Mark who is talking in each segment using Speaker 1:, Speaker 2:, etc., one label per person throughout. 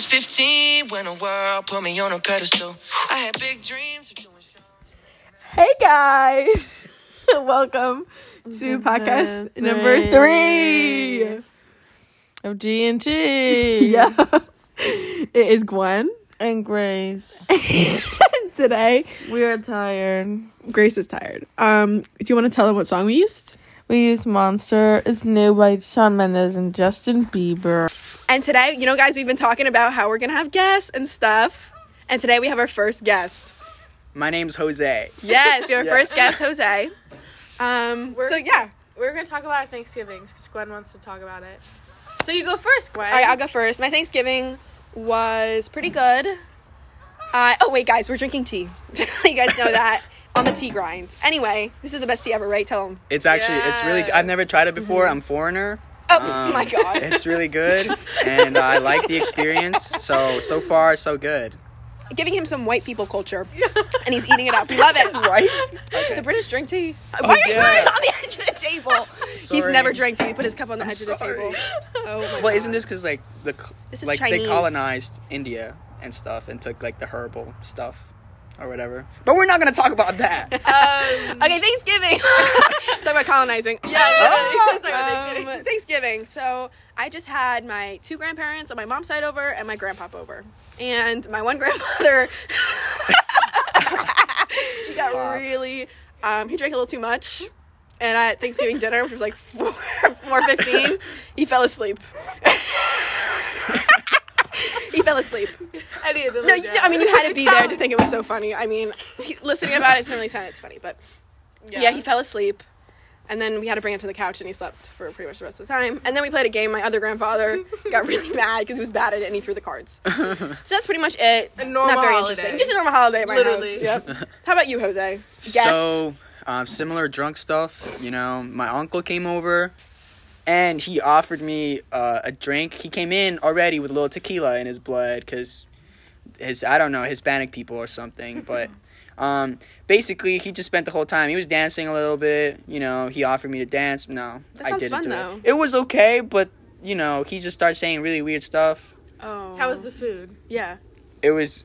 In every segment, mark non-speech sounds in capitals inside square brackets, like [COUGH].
Speaker 1: 15 when the world put me on a pedestal. I had big dreams of doing shows.
Speaker 2: Hey guys, [LAUGHS] welcome to podcast number three.
Speaker 3: of G and [LAUGHS] T.
Speaker 2: Yeah, it is Gwen [LAUGHS]
Speaker 3: and Grace.
Speaker 2: today.
Speaker 3: We are tired.
Speaker 2: Grace is tired. Um, do you want to tell them what song we used?
Speaker 3: We use Monster. It's new by Shawn Mendes and Justin Bieber.
Speaker 2: And today, you know, guys, we've been talking about how we're gonna have guests and stuff. And today we have our first guest.
Speaker 4: My name's Jose.
Speaker 2: Yes, [LAUGHS] we have our
Speaker 4: Yeah.
Speaker 2: first guest, Jose. Um,
Speaker 5: We're-
Speaker 2: so yeah,
Speaker 5: We're gonna talk about our Thanksgivings because Gwen wants to talk about it. So you go first, Gwen.
Speaker 2: all
Speaker 5: [LAUGHS]
Speaker 2: right, I'll go first. My Thanksgiving was pretty good. Uh, oh wait, guys, we're drinking tea. [LAUGHS] you guys know that on the tea grind. Anyway, this is the best tea ever, right? Tell them.
Speaker 4: It's actually it's really
Speaker 5: Yeah.
Speaker 4: I've never tried it before. I'm foreigner.
Speaker 2: Mm-hmm. [LAUGHS] Oh
Speaker 4: Um,
Speaker 2: my
Speaker 4: [LAUGHS]
Speaker 2: god.
Speaker 4: It's really good and I like the experience. So so far so good.
Speaker 2: giving him some white people culture, and he's eating it up. We love it.
Speaker 4: Right?
Speaker 2: The British drink tea. Why are you [LAUGHS] putting it
Speaker 4: yeah.
Speaker 2: on the edge of the table? He's
Speaker 4: Sorry.
Speaker 2: never drank tea. He put his cup on the edge of the
Speaker 4: sorry.
Speaker 2: table. Oh my
Speaker 4: [LAUGHS] Well, isn't
Speaker 2: God.
Speaker 4: this cuz like the c-
Speaker 2: This is
Speaker 4: like
Speaker 2: Chinese.
Speaker 4: they colonized India and stuff and took like the herbal stuff or whatever. But we're not going to talk about that.
Speaker 5: Um,
Speaker 2: okay? Thanksgiving. [LAUGHS] Talk about colonizing.
Speaker 5: yeah, literally, that's what I was
Speaker 2: Um, Thanksgiving. So I just had my two grandparents on my mom's side over and my grandpop over, and my one [LAUGHS] grandfather he got really um, he drank a little too much. And at Thanksgiving dinner, which was like four [LAUGHS] four fifteen, he fell asleep. [LAUGHS] he fell asleep.
Speaker 5: thinking. Any of them.
Speaker 2: No,
Speaker 5: like
Speaker 2: you,
Speaker 5: that.
Speaker 2: I mean you had to be there to think it was so funny. I mean, he- listening about it, it's not really sound it's funny, but yeah. he fell asleep. And then we had to bring him to the couch, and he slept for pretty much the rest of the time. And then we played a game. My other
Speaker 5: [LAUGHS]
Speaker 2: grandfather got really mad because he was bad at it, and he threw the cards. so that's pretty much it.
Speaker 5: A normal
Speaker 2: Not very
Speaker 5: holiday.
Speaker 2: interesting. Just a normal holiday at my
Speaker 5: Literally.
Speaker 2: house. Yep. How about you, Jose? Guest.
Speaker 4: So um, similar drunk stuff, you know, my uncle came over and he offered me uh, a drink. He came in already with a little tequila in his blood cuz his I don't know Hispanic people
Speaker 2: [LAUGHS]
Speaker 4: or something, but um, basically he just spent the whole time. He was dancing a little bit, you know. He offered me to dance. No,
Speaker 2: That
Speaker 4: I
Speaker 2: sounds
Speaker 4: didn't
Speaker 2: fun,
Speaker 4: do
Speaker 2: though.
Speaker 4: it. It was okay, but you know he just started saying really weird stuff.
Speaker 2: oh,
Speaker 5: How was the food?
Speaker 2: yeah?
Speaker 4: It was.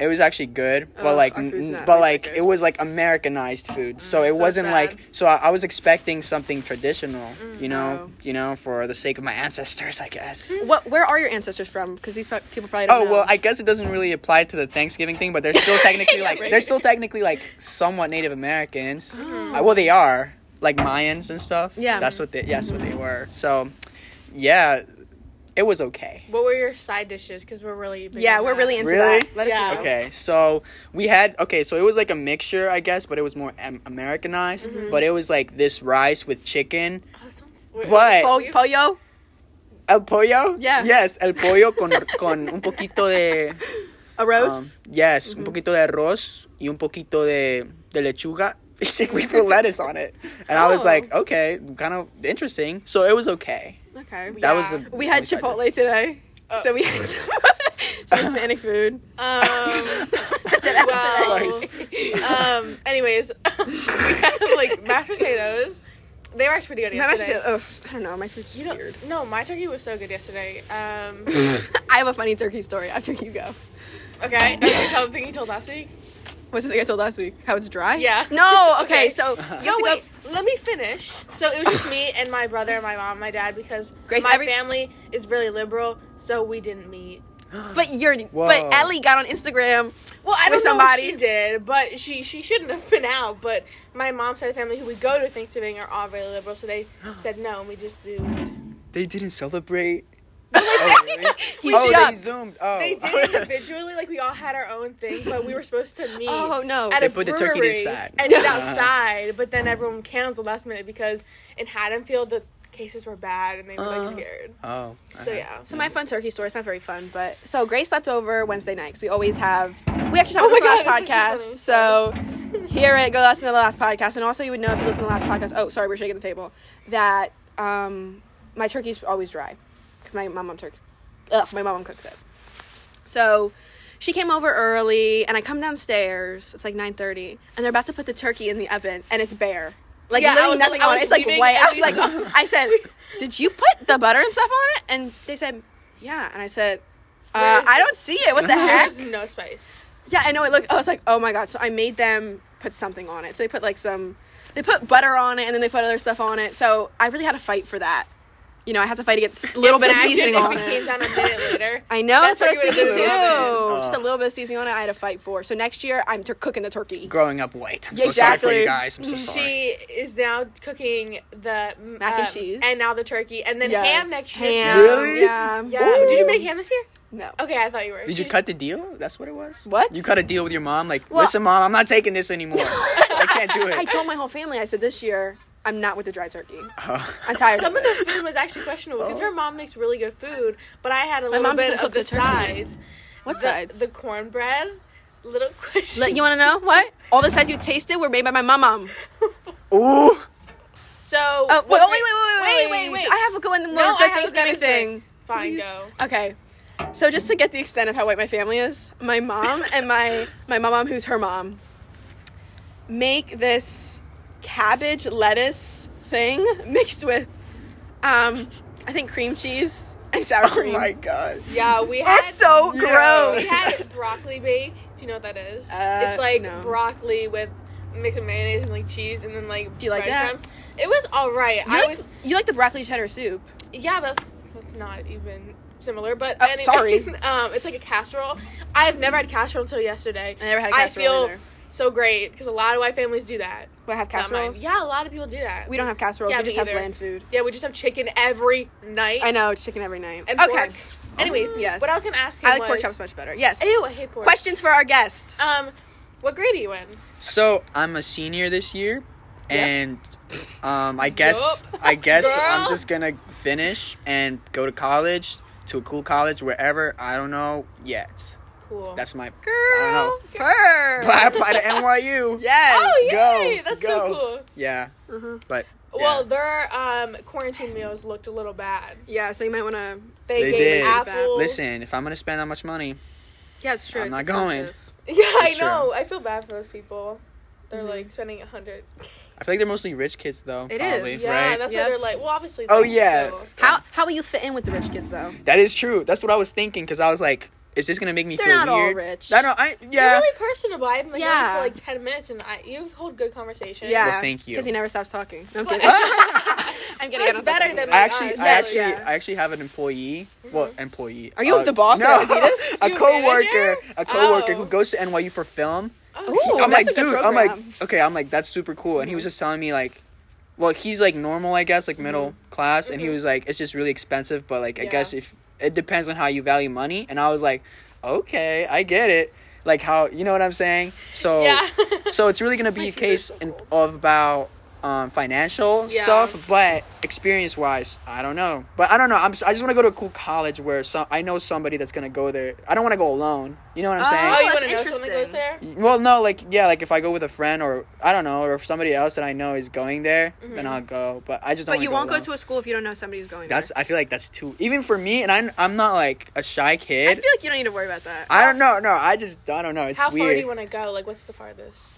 Speaker 4: It was actually good,
Speaker 2: Oh,
Speaker 4: but like,
Speaker 2: our food's
Speaker 4: n-
Speaker 2: not
Speaker 4: but
Speaker 2: always that
Speaker 4: like,
Speaker 2: good. Mm,
Speaker 4: it was like Americanized food, so it
Speaker 5: it's
Speaker 4: wasn't
Speaker 5: bad.
Speaker 4: like. So I, I was expecting something traditional, you know,
Speaker 2: Oh.
Speaker 4: you know, for the sake of my ancestors, I guess.
Speaker 2: What? Where are your ancestors from? Because these pro- people probably Mm, don't
Speaker 4: Oh
Speaker 2: know.
Speaker 4: well, I guess it doesn't really apply to the Thanksgiving thing, but they're
Speaker 2: [LAUGHS]
Speaker 4: still technically
Speaker 2: Yeah,
Speaker 4: like
Speaker 2: right.
Speaker 4: they're still technically like somewhat Native Americans. Uh, well, they are like Mayans and stuff.
Speaker 2: Oh. Yeah.
Speaker 4: that's what they. yeah, That's what they were. So, yeah, it was okay.
Speaker 5: What were your side dishes? Because we're really big
Speaker 2: yeah,
Speaker 5: on
Speaker 2: we're
Speaker 5: that.
Speaker 2: really into
Speaker 4: Really?
Speaker 2: that. Let us
Speaker 5: Yeah.
Speaker 2: know.
Speaker 4: Okay, so we had okay, so it was like a mixture, I guess, but it was more am- Americanized.
Speaker 2: Mm-hmm.
Speaker 4: But it was like this rice with chicken.
Speaker 5: Oh, We're-
Speaker 4: But
Speaker 2: Po- pollo.
Speaker 4: el pollo,
Speaker 2: Yeah.
Speaker 4: yes, el pollo con con un poquito de
Speaker 2: A roast.
Speaker 4: um, yes,
Speaker 2: Mm-hmm.
Speaker 4: un poquito de arroz y un poquito de de lechuga. [LAUGHS] we put lettuce on it, and I was
Speaker 2: Oh.
Speaker 4: like, okay, kind of interesting. So it was okay.
Speaker 2: okay.
Speaker 4: That was
Speaker 5: Yeah.
Speaker 4: the
Speaker 2: We had
Speaker 4: only side
Speaker 2: Chipotle today,
Speaker 5: Oh.
Speaker 2: so we had some, [LAUGHS] some Hispanic food. [LAUGHS] [LAUGHS]
Speaker 5: Um,
Speaker 2: That's
Speaker 4: [LAUGHS]
Speaker 2: it. [LAUGHS]
Speaker 5: Wow.
Speaker 4: dish.
Speaker 5: um. Anyways, [LAUGHS] we had like mashed potatoes. They were actually pretty good
Speaker 2: My mashed
Speaker 5: yesterday.
Speaker 2: potato- ugh, I don't know. My food's
Speaker 5: You
Speaker 2: just
Speaker 5: don't- [LAUGHS]
Speaker 2: weird. [LAUGHS]
Speaker 5: No, my turkey was so good yesterday. Um.
Speaker 2: I have a funny turkey story after you go.
Speaker 5: Okay. [LAUGHS] okay tell the thing you told last week.
Speaker 2: What's the thing I told last week? How it's dry?
Speaker 5: Yeah.
Speaker 2: [LAUGHS] No. Okay.
Speaker 5: Okay. [LAUGHS]
Speaker 2: So you
Speaker 5: No,
Speaker 2: have to
Speaker 5: wait. Let me finish. So it was
Speaker 2: [LAUGHS]
Speaker 5: just me and my brother, and my mom, and my dad, because
Speaker 2: Grace,
Speaker 5: my
Speaker 2: every-
Speaker 5: family is really liberal, so we didn't meet.
Speaker 2: go. But you're.
Speaker 4: Whoa.
Speaker 2: But Ellie got on Instagram.
Speaker 5: Well, I
Speaker 2: With
Speaker 5: don't know what
Speaker 2: somebody.
Speaker 5: she did, but she she shouldn't have been out. But my mom's side of the family, who we go to Thanksgiving, are all very liberal,
Speaker 2: [GASPS]
Speaker 5: so they said no, and we just zoomed.
Speaker 4: They didn't celebrate. oh, really?
Speaker 2: He
Speaker 4: oh they
Speaker 2: shoved.
Speaker 4: zoomed. Oh,
Speaker 2: [LAUGHS]
Speaker 5: They
Speaker 4: [LAUGHS]
Speaker 5: did individually, like we all had our own thing, but we were supposed to meet.
Speaker 2: Oh no.
Speaker 5: At
Speaker 4: They
Speaker 5: a
Speaker 4: put the
Speaker 5: brewery
Speaker 4: turkey to the side. [LAUGHS]
Speaker 5: and eat outside, but then everyone canceled last minute because in Haddonfield the cases were bad and they were like scared.
Speaker 4: oh.
Speaker 5: So
Speaker 4: uh-huh.
Speaker 5: yeah.
Speaker 2: So my fun turkey story. It's not very fun, but so Grace slept over Wednesday nights. We always have. We actually talked
Speaker 5: Oh
Speaker 2: about
Speaker 5: my
Speaker 2: the last
Speaker 5: God, that's
Speaker 2: podcast. So
Speaker 5: actually
Speaker 2: hear it. Go listen to the last podcast, and also you would know if you listen to the last podcast. Oh, sorry, we're shaking the table. That um, my turkey's always dry because my my mom turks. Ugh, my mom cooks it. So she came over early, and I come downstairs. It's like nine thirty, and they're about to put the turkey in the oven, and it's bare. Like
Speaker 5: Yeah, I
Speaker 2: literally
Speaker 5: was-
Speaker 2: nothing
Speaker 5: I
Speaker 2: on
Speaker 5: was
Speaker 2: it. It's like
Speaker 5: leaving,
Speaker 2: white.
Speaker 5: and
Speaker 2: I was
Speaker 5: we
Speaker 2: like,
Speaker 5: [LAUGHS] saw-
Speaker 2: I said, "Did you put the butter and stuff on it?" And they said, "Yeah." And I said, Uh, I don't see it. What
Speaker 5: [LAUGHS]
Speaker 2: the heck?
Speaker 5: There's no spice.
Speaker 2: Yeah, I know. It looked. I was like, oh my god. So I made them put something on it. So they put like some. They put butter on it, and then they put other stuff on it. So I really had to fight for that. You know, I had to fight to get a little bit of
Speaker 5: Imagine
Speaker 2: seasoning
Speaker 5: if
Speaker 2: on
Speaker 5: it
Speaker 2: it.
Speaker 5: came down a minute
Speaker 2: [LAUGHS]
Speaker 5: later.
Speaker 2: I know that's,
Speaker 5: That's
Speaker 2: what I was
Speaker 5: what you
Speaker 2: thinking
Speaker 5: would've
Speaker 2: too.
Speaker 5: been doing.
Speaker 2: Just a little bit of seasoning on it, I had to fight for. So next year, I'm tur- cooking the turkey.
Speaker 4: Growing up white. I'm
Speaker 2: Yeah,
Speaker 4: so sorry for
Speaker 2: exactly.
Speaker 4: you guys. I'm so sorry.
Speaker 5: She is now cooking the mm,
Speaker 2: Mac and
Speaker 5: um,
Speaker 2: cheese.
Speaker 5: and now the turkey, and then
Speaker 2: Yes.
Speaker 5: ham next year.
Speaker 2: Ham,
Speaker 5: too.
Speaker 4: Really?
Speaker 2: Yeah.
Speaker 5: Yeah. Did you make ham this year?
Speaker 2: No.
Speaker 5: Okay, I thought you were.
Speaker 4: Did you
Speaker 5: She's-
Speaker 4: cut the deal? That's what it was.
Speaker 2: What?
Speaker 4: You cut a deal with your mom? Like,
Speaker 2: Well-
Speaker 4: listen, mom, I'm not taking this
Speaker 5: [LAUGHS]
Speaker 4: anymore. I can't do
Speaker 2: I
Speaker 4: it. [LAUGHS]
Speaker 2: told my whole family. I said this year, I'm not with the dry turkey.
Speaker 4: Oh.
Speaker 2: I'm tired.
Speaker 5: Some
Speaker 2: of
Speaker 5: of
Speaker 2: it.
Speaker 5: the food was actually questionable because her mom makes really good food, but I had a
Speaker 2: Oh. My
Speaker 5: little
Speaker 2: mom
Speaker 5: bit
Speaker 2: doesn't
Speaker 5: of
Speaker 2: cook
Speaker 5: the,
Speaker 2: the turkey.
Speaker 5: sides.
Speaker 2: What
Speaker 5: the,
Speaker 2: sides?
Speaker 5: The cornbread. Little [LAUGHS] question.
Speaker 2: Like, you want to know what? All the sides you tasted were made by my mom. Uh, mom.
Speaker 4: Ooh. Oh
Speaker 5: so.
Speaker 2: Oh, wait,
Speaker 5: what-
Speaker 2: oh, wait, wait, wait, wait, wait, wait, I have a go in the
Speaker 5: No,
Speaker 2: no, good
Speaker 5: I have a
Speaker 2: Thanksgiving
Speaker 5: better thing.
Speaker 2: thing.
Speaker 5: Fine,
Speaker 2: Please.
Speaker 5: go.
Speaker 2: Okay. So just to get the extent of how white my family is, my
Speaker 5: [LAUGHS]
Speaker 2: mom and my my mom who's her mom make this cabbage lettuce thing [LAUGHS] mixed with um I think cream cheese and sour
Speaker 4: Oh
Speaker 2: cream.
Speaker 4: my god.
Speaker 5: Yeah, we had.
Speaker 2: That's so
Speaker 4: Yeah.
Speaker 2: gross.
Speaker 5: Oh, We had broccoli bake. Do you know what that is?
Speaker 2: Uh,
Speaker 5: it's like
Speaker 2: no.
Speaker 5: broccoli with mixed with mayonnaise and like cheese, and then like.
Speaker 2: Do you like that?
Speaker 5: breadcrumbs. It was all right.
Speaker 2: You
Speaker 5: I
Speaker 2: like,
Speaker 5: was.
Speaker 2: you like the broccoli cheddar soup.
Speaker 5: Yeah, that's that's not even similar. But
Speaker 2: Oh,
Speaker 5: anyway,
Speaker 2: sorry.
Speaker 5: [LAUGHS] um, it's like a casserole. I've never had casserole until yesterday.
Speaker 2: I never had a casserole
Speaker 5: I feel
Speaker 2: either.
Speaker 5: so great because a lot of white families do that.
Speaker 2: Do I have
Speaker 5: Not mine.
Speaker 2: casseroles?
Speaker 5: Yeah, a lot of people do that.
Speaker 2: We don't have casseroles,
Speaker 5: Yeah,
Speaker 2: we
Speaker 5: me
Speaker 2: just have
Speaker 5: either.
Speaker 2: bland food.
Speaker 5: Yeah, we just have chicken every night.
Speaker 2: I know, chicken every night.
Speaker 5: And
Speaker 2: okay.
Speaker 5: pork. Anyways,
Speaker 2: Yes.
Speaker 5: What I was gonna ask him
Speaker 2: I like pork
Speaker 5: was-
Speaker 2: chops much better. Yes.
Speaker 5: Ew, I hate pork.
Speaker 2: Questions for our guests.
Speaker 5: Um, what grade are you in?
Speaker 4: So I'm a senior this year, and um, I guess
Speaker 5: Yup.
Speaker 4: I guess I'm
Speaker 5: Girl.
Speaker 4: just gonna finish and go to college to a cool college wherever. I don't know yet.
Speaker 5: Cool.
Speaker 4: That's my [LAUGHS]
Speaker 5: girl.
Speaker 4: I don't know.
Speaker 2: Purr.
Speaker 4: But I applied to NYU.
Speaker 2: Yes. Uh-huh.
Speaker 5: Oh
Speaker 4: Go,
Speaker 5: yay! That's so
Speaker 4: go.
Speaker 5: cool.
Speaker 4: Yeah, but yeah.
Speaker 5: Well, their um quarantine meals looked a little bad.
Speaker 2: Yeah, so you might want to.
Speaker 5: They,
Speaker 4: They
Speaker 5: gave
Speaker 4: did.
Speaker 5: apples.
Speaker 4: listen, if I'm gonna spend that much money,
Speaker 2: Yeah, it's true.
Speaker 4: I'm
Speaker 2: it's
Speaker 4: not going.
Speaker 2: expensive.
Speaker 5: [LAUGHS] Yeah, I
Speaker 4: It's Mm-hmm.
Speaker 5: know. I feel bad for those people. They're like spending a hundred.
Speaker 4: I feel like they're mostly rich kids though.
Speaker 2: It
Speaker 4: probably,
Speaker 2: is.
Speaker 5: Yeah,
Speaker 4: right?
Speaker 5: that's
Speaker 2: Yep.
Speaker 5: why they're like. Well, obviously.
Speaker 4: Oh,
Speaker 5: they
Speaker 4: yeah.
Speaker 5: do.
Speaker 2: How how will you fit in with the rich kids though?
Speaker 4: That is true. That's what I was thinking because I was like, is this gonna make me
Speaker 2: They're
Speaker 4: feel
Speaker 2: not all
Speaker 4: weird?
Speaker 2: rich.
Speaker 4: I don't. I
Speaker 5: They're
Speaker 2: [LAUGHS]
Speaker 4: yeah.
Speaker 5: really personable. I've been like
Speaker 2: Yeah.
Speaker 5: yeah. for like ten minutes, and I, you hold good conversation.
Speaker 2: Yeah.
Speaker 4: Well, thank you.
Speaker 2: Because he never stops talking. [LAUGHS] No, I'm
Speaker 5: But-
Speaker 2: kidding. I'm kidding. I
Speaker 5: That's
Speaker 2: don't stop
Speaker 5: better
Speaker 2: talking
Speaker 5: than
Speaker 2: about
Speaker 4: I
Speaker 5: my
Speaker 2: it.
Speaker 4: actually,
Speaker 5: eyes.
Speaker 4: I
Speaker 5: Yeah,
Speaker 4: actually,
Speaker 2: yeah. Mm-hmm.
Speaker 4: I actually have an employee. Well, employee. uh,
Speaker 2: Are you the boss
Speaker 4: No,
Speaker 2: at Adidas?
Speaker 4: [LAUGHS] a
Speaker 5: You
Speaker 4: coworker,
Speaker 5: manager?
Speaker 4: a coworker
Speaker 5: Oh.
Speaker 4: who goes to NYU for film.
Speaker 2: Ooh,
Speaker 4: I'm
Speaker 2: that's
Speaker 4: like,
Speaker 2: a good
Speaker 4: dude. I'm like,
Speaker 2: program. Mm-hmm.
Speaker 4: okay. I'm like, that's super cool. And he was just telling me like, well, he's like normal, I guess, like middle
Speaker 2: Mm-hmm.
Speaker 4: class, and he was like, it's just really expensive, but like, I
Speaker 5: Yeah.
Speaker 4: guess if it depends on how you value money. And I was like, okay, I get it. Like how you know what I'm saying? So
Speaker 5: Yeah.
Speaker 4: so it's
Speaker 2: [LAUGHS]
Speaker 4: really gonna be a case in, of about um, financial
Speaker 5: Yeah.
Speaker 4: stuff, but experience wise, I don't know. But I don't know. I'm, si just want to go to a cool college where some I know somebody that's gonna go there. I don't want to go alone. You know what I'm
Speaker 2: Oh,
Speaker 5: [LAUGHS] Oh, you
Speaker 2: that's
Speaker 5: want to know someone that goes
Speaker 2: interesting.
Speaker 5: there?
Speaker 4: saying? Well, no, like yeah, like if I go with a friend or I don't know, or if somebody else that I know is going there, then I'll go. But I just don't.
Speaker 2: Mm-hmm. But you won't go to
Speaker 4: A-
Speaker 2: a school if you don't know somebody who's going.
Speaker 4: that's I feel like that's too even for me, and I'm I'm not like a shy
Speaker 2: there. I
Speaker 4: kid.
Speaker 2: feel like you don't need to worry about that.
Speaker 4: I don't know. No, I just I don't know. It's
Speaker 5: How
Speaker 4: weird.
Speaker 5: far do you want to go? Like, what's the farthest?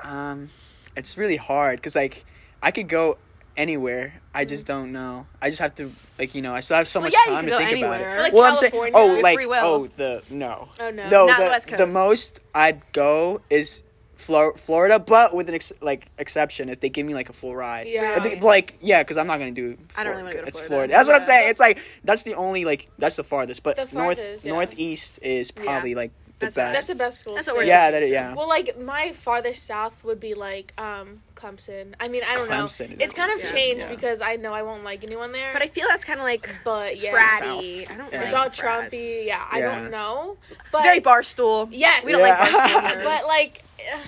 Speaker 4: Um, it's really hard because like I could go anywhere. I just don't know. I just have to like you know. I still have so
Speaker 2: Mm-hmm. Well,
Speaker 4: much
Speaker 2: yeah, you
Speaker 4: time
Speaker 2: can
Speaker 4: to
Speaker 2: go
Speaker 4: think
Speaker 2: anywhere.
Speaker 4: about it.
Speaker 2: Or,
Speaker 5: like,
Speaker 4: well, I'm saying
Speaker 5: California.
Speaker 4: oh
Speaker 5: Your
Speaker 4: like
Speaker 2: free will.
Speaker 4: oh the no
Speaker 5: Oh, no.
Speaker 2: Not
Speaker 4: the,
Speaker 2: the West
Speaker 4: the
Speaker 2: Coast.
Speaker 4: most I'd go is. Flor- Florida, but with an ex- like exception if they give me like a full ride.
Speaker 5: Yeah.
Speaker 4: I think, like yeah, because I'm not gonna do.
Speaker 2: I don't
Speaker 4: Flor-
Speaker 2: really wanna go to
Speaker 4: It's
Speaker 2: Florida.
Speaker 4: Florida. That's what I'm
Speaker 2: Yeah.
Speaker 4: saying. It's like that's the only like that's the farthest, but
Speaker 5: The
Speaker 4: north
Speaker 5: farthest, yeah.
Speaker 4: northeast is probably like the
Speaker 2: That's what-
Speaker 5: That's
Speaker 4: best.
Speaker 5: the best school.
Speaker 2: That's
Speaker 5: to
Speaker 2: what we're-
Speaker 5: say.
Speaker 4: yeah, that it- yeah.
Speaker 5: Well, like my farthest south would be like um Clemson. I mean, I don't
Speaker 4: Clemson
Speaker 5: know.
Speaker 4: is
Speaker 5: It's kind of
Speaker 2: yeah,
Speaker 5: changed
Speaker 4: yeah.
Speaker 5: because I know I won't like anyone there.
Speaker 2: But I feel that's kind of like
Speaker 5: but yeah,
Speaker 4: Frat.
Speaker 2: bratty. I don't
Speaker 4: Yeah.
Speaker 2: like
Speaker 5: it's all
Speaker 2: frats.
Speaker 5: Trumpy. Yeah, I
Speaker 4: Yeah.
Speaker 5: don't know. But
Speaker 2: Very barstool.
Speaker 5: Yes,
Speaker 2: We don't
Speaker 4: Yeah.
Speaker 2: like
Speaker 5: [LAUGHS]
Speaker 2: barstool. here.
Speaker 5: But like, eh,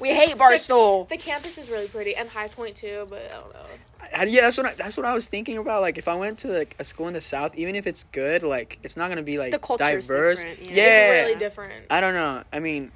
Speaker 2: we hate barstool.
Speaker 5: the campus is really pretty and High Point too. But I don't know.
Speaker 4: I- yeah, that's what I, that's what I was thinking about. Like, if I went to like a school in the South, even if it's good, like it's not gonna be like
Speaker 2: The culture's
Speaker 4: diverse.
Speaker 2: different,
Speaker 4: Yeah,
Speaker 2: yeah.
Speaker 5: It's really different.
Speaker 4: I don't know. I mean,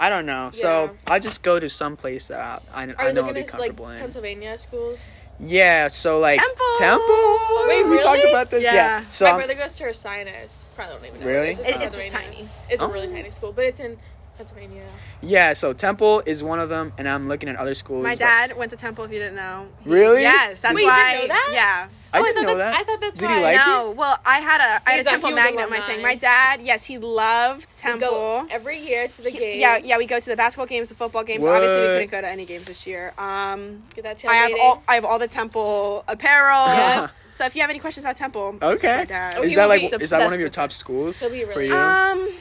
Speaker 4: I don't know. So
Speaker 5: Yeah.
Speaker 4: I'll just go to some place that I, I,
Speaker 5: Are
Speaker 4: I
Speaker 5: you
Speaker 4: know I'll
Speaker 5: looking
Speaker 4: be
Speaker 5: at like
Speaker 4: comfortable in.
Speaker 5: Pennsylvania schools?
Speaker 4: Yeah. So like
Speaker 2: Temple!
Speaker 4: Temple.
Speaker 5: Wait,
Speaker 4: we talked
Speaker 5: Oh, really?
Speaker 4: about this. Yeah.
Speaker 2: Yeah.
Speaker 4: So
Speaker 5: My
Speaker 4: I'm-
Speaker 5: brother goes to Ursinus. Probably don't even know.
Speaker 4: Really?
Speaker 5: What it is.
Speaker 2: It- it's
Speaker 5: Pennsylvania.
Speaker 2: tiny.
Speaker 5: It's
Speaker 4: Oh.
Speaker 5: a really tiny school, but it's in Pennsylvania.
Speaker 4: Yeah, so Temple is one of them, and I'm looking at other schools.
Speaker 2: My
Speaker 4: but-
Speaker 2: dad went to Temple. If you didn't know, He-
Speaker 4: Really?
Speaker 2: Yes, that's
Speaker 5: Wait, you
Speaker 2: why.
Speaker 5: didn't know that?
Speaker 2: Yeah.
Speaker 4: I
Speaker 5: Oh, I
Speaker 4: didn't
Speaker 5: thought
Speaker 4: know
Speaker 5: that's-
Speaker 4: that.
Speaker 5: I thought that's
Speaker 4: Did
Speaker 5: why.
Speaker 4: he like
Speaker 2: no, well, I had a I had
Speaker 5: He's
Speaker 2: a
Speaker 5: a
Speaker 2: Temple
Speaker 5: huge
Speaker 2: magnet in my
Speaker 5: alumni.
Speaker 2: thing. My dad, yes, he loved
Speaker 5: We go
Speaker 2: Temple.
Speaker 5: every year to the
Speaker 2: He-
Speaker 5: game.
Speaker 2: Yeah, yeah, we go to the basketball games, the football games. Obviously, we
Speaker 4: What?
Speaker 2: couldn't go to any games this year. Um,
Speaker 5: Get that tailgating.
Speaker 2: I have all I have all the Temple
Speaker 4: [LAUGHS]
Speaker 2: apparel.
Speaker 4: Yeah.
Speaker 2: So if you have any questions about Temple,
Speaker 4: it?
Speaker 2: ask my
Speaker 4: Okay.
Speaker 2: dad.
Speaker 5: Oh,
Speaker 4: Is
Speaker 5: he
Speaker 4: that
Speaker 5: would
Speaker 4: like
Speaker 5: be
Speaker 4: is that one of
Speaker 2: obsessed
Speaker 4: your
Speaker 2: with
Speaker 4: top schools
Speaker 5: He'll be
Speaker 4: for
Speaker 5: really-
Speaker 4: you?
Speaker 2: Um,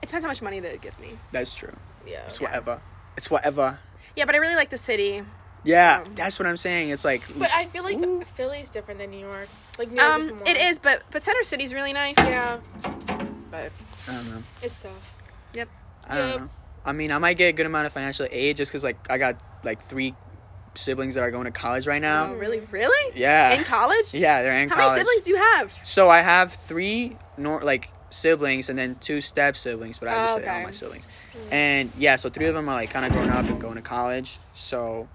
Speaker 2: it depends how much money they would give me.
Speaker 4: that's true.
Speaker 5: Oh, Yeah.
Speaker 4: It's whatever. It's whatever.
Speaker 2: Yeah, but I really like the city.
Speaker 4: Yeah,
Speaker 2: Um,
Speaker 4: that's what I'm saying. It's like
Speaker 5: But I feel like
Speaker 4: Ooh.
Speaker 5: Philly is different than New York. Like New York is
Speaker 2: Um,
Speaker 5: more-
Speaker 2: it is, but but Center City's really nice.
Speaker 5: Yeah,
Speaker 2: but
Speaker 4: I don't know.
Speaker 5: it's tough.
Speaker 4: I don't
Speaker 5: Yep.
Speaker 4: know. I mean, I might get a good amount of financial aid just because like I got like three siblings that are going to college right
Speaker 2: oh,
Speaker 4: now.
Speaker 2: really, really
Speaker 4: Um, Yeah.
Speaker 2: in college.
Speaker 4: Yeah, they're in
Speaker 2: How
Speaker 4: college.
Speaker 2: many siblings do you have?
Speaker 4: So I have three nor like siblings and then two step siblings, but I
Speaker 2: Oh,
Speaker 4: just say all
Speaker 2: okay.
Speaker 4: my siblings. And yeah, so three of them are like kind of grown up and going to college. So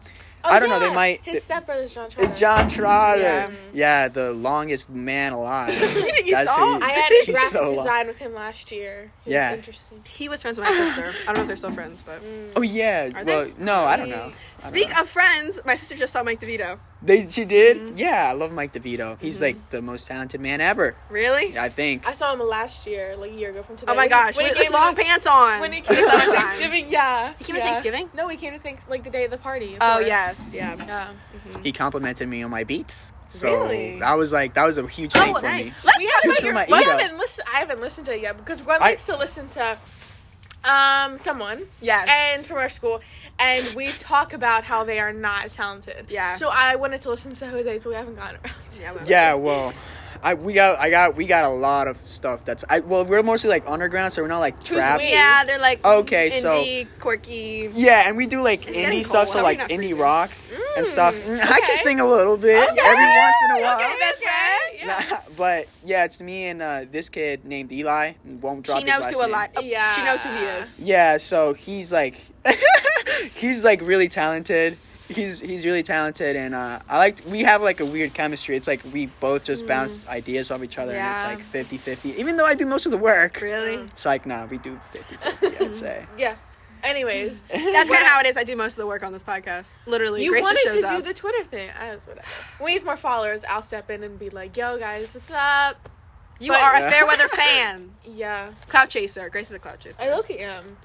Speaker 5: Oh,
Speaker 4: I don't know, they
Speaker 5: yeah,
Speaker 4: might-
Speaker 5: His stepbrother's John Trotter.
Speaker 4: it's John Trotter.
Speaker 2: Yeah.
Speaker 4: Yeah, the longest man alive.
Speaker 2: [LAUGHS] You think he's
Speaker 4: That's
Speaker 2: tall?
Speaker 4: who
Speaker 2: [LAUGHS]
Speaker 5: I had a
Speaker 4: He's
Speaker 5: graphic
Speaker 4: so long.
Speaker 5: design with him last year. He was
Speaker 4: Yeah.
Speaker 5: interesting.
Speaker 2: He was friends with my sister. I don't know if they're still friends, but
Speaker 4: Oh yeah.
Speaker 2: Are
Speaker 4: well,
Speaker 2: they?
Speaker 4: no, I don't know. I don't
Speaker 2: Mm. speak
Speaker 4: know.
Speaker 2: of friends, my sister just saw Mike DeVito.
Speaker 4: They, she did.
Speaker 2: Mm-hmm.
Speaker 4: Yeah, I love Mike DeVito. He's like the most talented man ever.
Speaker 2: Really?
Speaker 4: I think.
Speaker 5: I saw him last year, like a year ago from today.
Speaker 2: oh my
Speaker 5: When he-
Speaker 2: gosh,
Speaker 5: when he
Speaker 2: with, with
Speaker 5: came
Speaker 2: long
Speaker 5: to-
Speaker 2: pants on.
Speaker 5: When he
Speaker 2: in [LAUGHS]
Speaker 5: came
Speaker 2: the
Speaker 5: to
Speaker 2: summertime.
Speaker 5: Thanksgiving, yeah.
Speaker 2: He came to
Speaker 5: yeah.
Speaker 2: Thanksgiving?
Speaker 5: No, he came to Thanks like the day of the party.
Speaker 2: Oh
Speaker 5: for-
Speaker 2: yes, yeah.
Speaker 5: Yeah.
Speaker 4: He complimented me on my beats. So
Speaker 2: Really?
Speaker 4: that was like that was a huge thing
Speaker 2: Oh,
Speaker 4: for
Speaker 2: nice.
Speaker 4: me.
Speaker 2: Let's
Speaker 5: We
Speaker 2: talk
Speaker 5: haven't-
Speaker 2: about
Speaker 4: Through
Speaker 2: your.
Speaker 4: my
Speaker 5: We
Speaker 4: ego.
Speaker 5: haven't listened. I haven't listened to it yet because Gwen
Speaker 4: I-
Speaker 5: likes to listen to, um, someone.
Speaker 2: Yes.
Speaker 5: and from our school, and
Speaker 2: [LAUGHS]
Speaker 5: we talk about how they are not talented.
Speaker 2: Yeah.
Speaker 5: So I wanted to listen to Jose's, but we haven't gotten around
Speaker 2: [LAUGHS]
Speaker 5: to. it.
Speaker 2: Yeah. well,
Speaker 4: Yeah, well, I we got I got we got a lot of stuff that's I well we're mostly like underground, so we're not like trap.
Speaker 5: we?
Speaker 2: Yeah, they're like
Speaker 4: Okay, so-
Speaker 2: indie, quirky.
Speaker 4: Yeah, and we do like
Speaker 2: It's getting
Speaker 4: indie
Speaker 2: cold.
Speaker 4: stuff, so
Speaker 2: Are we
Speaker 4: like
Speaker 2: not
Speaker 4: indie
Speaker 2: freezing?
Speaker 4: rock and stuff. [LAUGHS] Mm, I
Speaker 5: okay.
Speaker 4: can sing a little bit every once in a while.
Speaker 2: Okay, best friend.
Speaker 5: Yeah.
Speaker 4: [LAUGHS] but yeah, it's me and uh, this kid named Eli. Won't drop.
Speaker 2: She knows
Speaker 4: his
Speaker 2: who a
Speaker 4: last name.
Speaker 2: lot.
Speaker 5: Yeah.
Speaker 2: She knows who he is.
Speaker 4: Yeah, so he's like, [LAUGHS] he's like really talented. He's he's really talented, and uh, I like we have like a weird chemistry. It's like we both
Speaker 5: Mm.
Speaker 4: just bounce ideas off each other,
Speaker 2: Yeah.
Speaker 4: and it's like 50-50. Even though I do most of the work,
Speaker 2: Really?
Speaker 4: it's like nah, we do 50-50,
Speaker 5: [LAUGHS]
Speaker 4: I'd say.
Speaker 5: Yeah.
Speaker 2: [LAUGHS]
Speaker 5: Anyways,
Speaker 2: That's kind of how it is. I do most of the work on this podcast. Literally,
Speaker 5: you
Speaker 2: Grace just
Speaker 5: wanted
Speaker 2: shows
Speaker 5: to
Speaker 2: up.
Speaker 5: do the Twitter thing. I was whatever. When we have more followers, I'll step in and be like, "Yo, guys, what's up?"
Speaker 2: you
Speaker 5: but-
Speaker 2: are a
Speaker 4: Yeah.
Speaker 2: fair weather fan.
Speaker 5: Yeah,
Speaker 2: Cloud chaser. Grace is a cloud chaser.
Speaker 5: I look at him.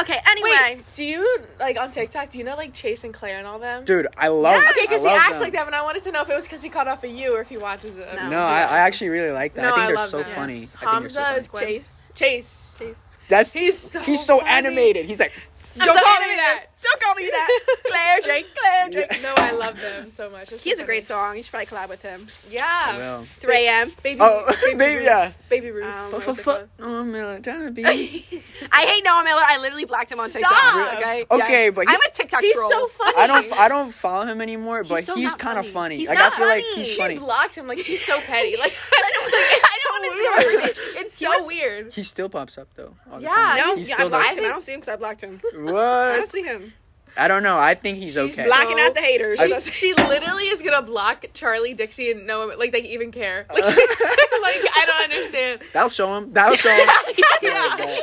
Speaker 2: Okay. Anyway,
Speaker 5: Wait, do you like on TikTok? Do you know like Chase and Claire and all them?
Speaker 4: Dude, I love.
Speaker 5: okay, because
Speaker 4: I
Speaker 5: he
Speaker 4: love
Speaker 5: acts
Speaker 4: them.
Speaker 5: like them, and I wanted to know if it was because he caught off of you or if he watches it.
Speaker 2: No.
Speaker 4: No, I, I actually really like them.
Speaker 5: No,
Speaker 4: I think
Speaker 5: I
Speaker 4: they're
Speaker 5: love
Speaker 4: so
Speaker 5: them.
Speaker 4: funny.
Speaker 5: Yes.
Speaker 4: I think they're so
Speaker 5: Hamza
Speaker 4: funny.
Speaker 5: is Gwen. Chase. Chase.
Speaker 4: That's
Speaker 5: He's so
Speaker 4: he's so
Speaker 5: funny.
Speaker 4: animated. He's like,
Speaker 2: I'm
Speaker 5: Don't
Speaker 2: so
Speaker 5: call
Speaker 2: animated.
Speaker 5: me that.
Speaker 2: Don't call me that. Claire Drake. Claire Drake.
Speaker 4: yeah.
Speaker 5: No, I love them so much. It's
Speaker 2: He has a
Speaker 5: so
Speaker 2: great
Speaker 5: funny.
Speaker 2: song. You should probably collab with him.
Speaker 5: Yeah.
Speaker 4: Well.
Speaker 2: 3 a.m.
Speaker 5: Baby,
Speaker 4: Oh, [LAUGHS]
Speaker 5: baby,
Speaker 4: baby,
Speaker 5: Ruth.
Speaker 4: yeah.
Speaker 5: Baby Ruth.
Speaker 2: Um,
Speaker 4: Fuck,
Speaker 2: Where is
Speaker 4: fuck,
Speaker 2: it
Speaker 4: fuck. Oh, man, trying to
Speaker 5: [LAUGHS]
Speaker 4: be.
Speaker 2: I hate Noah Miller. I literally blocked him on
Speaker 5: Stop.
Speaker 2: TikTok. Okay.
Speaker 4: Okay,
Speaker 2: Yes.
Speaker 4: but
Speaker 2: I'm
Speaker 4: he's-
Speaker 2: a TikTok
Speaker 5: He's
Speaker 2: troll.
Speaker 5: so funny.
Speaker 2: [LAUGHS]
Speaker 4: I don't I don't follow him anymore, but he's,
Speaker 2: so not
Speaker 4: kind of
Speaker 2: funny.
Speaker 4: funny.
Speaker 2: He's
Speaker 4: like
Speaker 2: not
Speaker 4: I feel like
Speaker 2: funny.
Speaker 4: he's
Speaker 2: She
Speaker 5: She
Speaker 4: funny.
Speaker 5: blocked him like
Speaker 2: [LAUGHS]
Speaker 5: she's so petty. Like
Speaker 2: I don't, I don't understand her image.
Speaker 5: [LAUGHS] it's
Speaker 2: He
Speaker 5: so
Speaker 2: was-
Speaker 5: weird.
Speaker 4: He still pops up though. all the
Speaker 5: Yeah,
Speaker 4: time.
Speaker 2: No,
Speaker 5: He
Speaker 4: He's
Speaker 2: yeah, I
Speaker 4: still
Speaker 2: blocked
Speaker 4: does.
Speaker 2: him. I don't see him because I blocked him. I don't see
Speaker 4: [LAUGHS] What?
Speaker 2: him.
Speaker 4: I don't know. I think he's okay.
Speaker 2: Blocking out the haters.
Speaker 4: I-
Speaker 5: She, she literally is gonna block Charlie, Dixie, and no one like they even
Speaker 4: [LAUGHS]
Speaker 5: care. Like, [LAUGHS] she- like I don't understand.
Speaker 4: [LAUGHS] That'll show him. That'll show him.
Speaker 2: [LAUGHS] yeah.
Speaker 4: I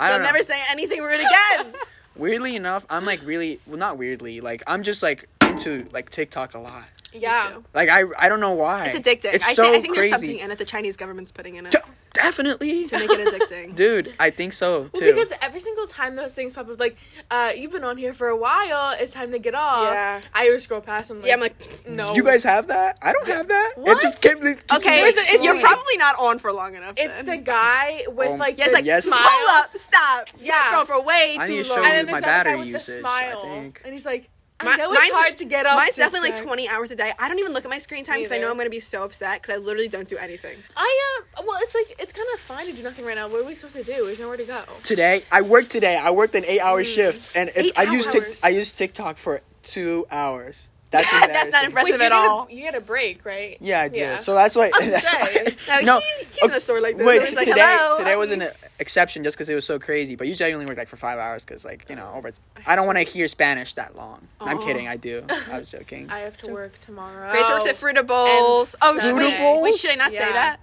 Speaker 2: They'll
Speaker 4: don't know.
Speaker 2: never say anything rude again.
Speaker 4: weirdly enough, I'm like really well, not weirdly. Like I'm just like into like TikTok a lot.
Speaker 5: Yeah,
Speaker 4: Like I I don't know why.
Speaker 2: It's addictive.
Speaker 4: It's
Speaker 2: I,
Speaker 4: so
Speaker 2: think, I think
Speaker 4: crazy.
Speaker 2: there's something in it the Chinese government's putting in it
Speaker 4: D- Definitely,
Speaker 2: to make it
Speaker 4: [LAUGHS]
Speaker 2: addicting.
Speaker 4: dude. I think so
Speaker 5: well,
Speaker 4: too.
Speaker 5: because every single time those things pop up, like uh, you've been on here for a while, it's time to get off.
Speaker 2: Yeah.
Speaker 5: I always scroll past and like,
Speaker 2: Yeah, I'm
Speaker 5: [LAUGHS]
Speaker 2: like,
Speaker 5: no,
Speaker 4: you guys have that? I don't
Speaker 5: Yeah.
Speaker 4: have that.
Speaker 5: What?
Speaker 4: It just kept, it
Speaker 2: [LAUGHS]
Speaker 4: keeps
Speaker 2: okay,
Speaker 5: Here's the- it's-
Speaker 2: you're probably not on for long enough.
Speaker 5: It's
Speaker 2: then.
Speaker 5: the guy with
Speaker 4: Um,
Speaker 5: like
Speaker 2: Yes,
Speaker 5: the
Speaker 2: like
Speaker 4: Yes.
Speaker 5: smile.
Speaker 2: pull up, stop. Yeah,
Speaker 5: Yeah.
Speaker 2: it's going for way
Speaker 4: I
Speaker 2: too
Speaker 4: need to
Speaker 2: long.
Speaker 4: show you
Speaker 5: And then
Speaker 4: Oh, my
Speaker 5: there's that guy
Speaker 4: battery
Speaker 5: with
Speaker 4: usage.
Speaker 5: the
Speaker 4: I
Speaker 5: smile,
Speaker 4: think.
Speaker 5: and he's like, I
Speaker 2: My-
Speaker 5: know it's hard to get up.
Speaker 2: Mine's
Speaker 5: this
Speaker 2: definitely like
Speaker 5: time.
Speaker 2: 20 hours a day. I don't even look at my screen time because I
Speaker 5: Neither.
Speaker 2: know I'm going to be so upset because I literally don't do anything.
Speaker 5: I am. well, it's like it's kind of fine to do nothing right now. What are we supposed to do? There's nowhere to go.
Speaker 4: today i worked today i worked an eight hour shift and it's,
Speaker 2: Mm. Eight
Speaker 4: i used tic-
Speaker 2: hours?
Speaker 4: i used tiktok for two hours
Speaker 2: [LAUGHS]
Speaker 4: that's
Speaker 2: That's not
Speaker 4: embarrassing.
Speaker 2: impressive
Speaker 5: you
Speaker 2: at
Speaker 5: get a-
Speaker 2: all.
Speaker 5: you get a break, right?
Speaker 4: yeah i do so that's why [LAUGHS]
Speaker 5: I'm
Speaker 4: that's
Speaker 5: saying.
Speaker 4: why
Speaker 2: No, he's- he's in a store like this,
Speaker 4: wait
Speaker 2: and he's like,
Speaker 4: today
Speaker 2: "Hello,
Speaker 4: today
Speaker 2: I'm
Speaker 4: was an exception just because it was so crazy but usually i only work like for five hours because like you know over i don't want to hear spanish that long i'm
Speaker 2: Aw.
Speaker 4: kidding i
Speaker 2: [LAUGHS]
Speaker 4: do i was joking
Speaker 5: I have to work tomorrow.
Speaker 2: Grace works at Fruita Bowls. Oh,
Speaker 5: Fruita
Speaker 2: wait,
Speaker 4: Bowls?
Speaker 2: wait, should I not say
Speaker 5: Yeah.
Speaker 2: that?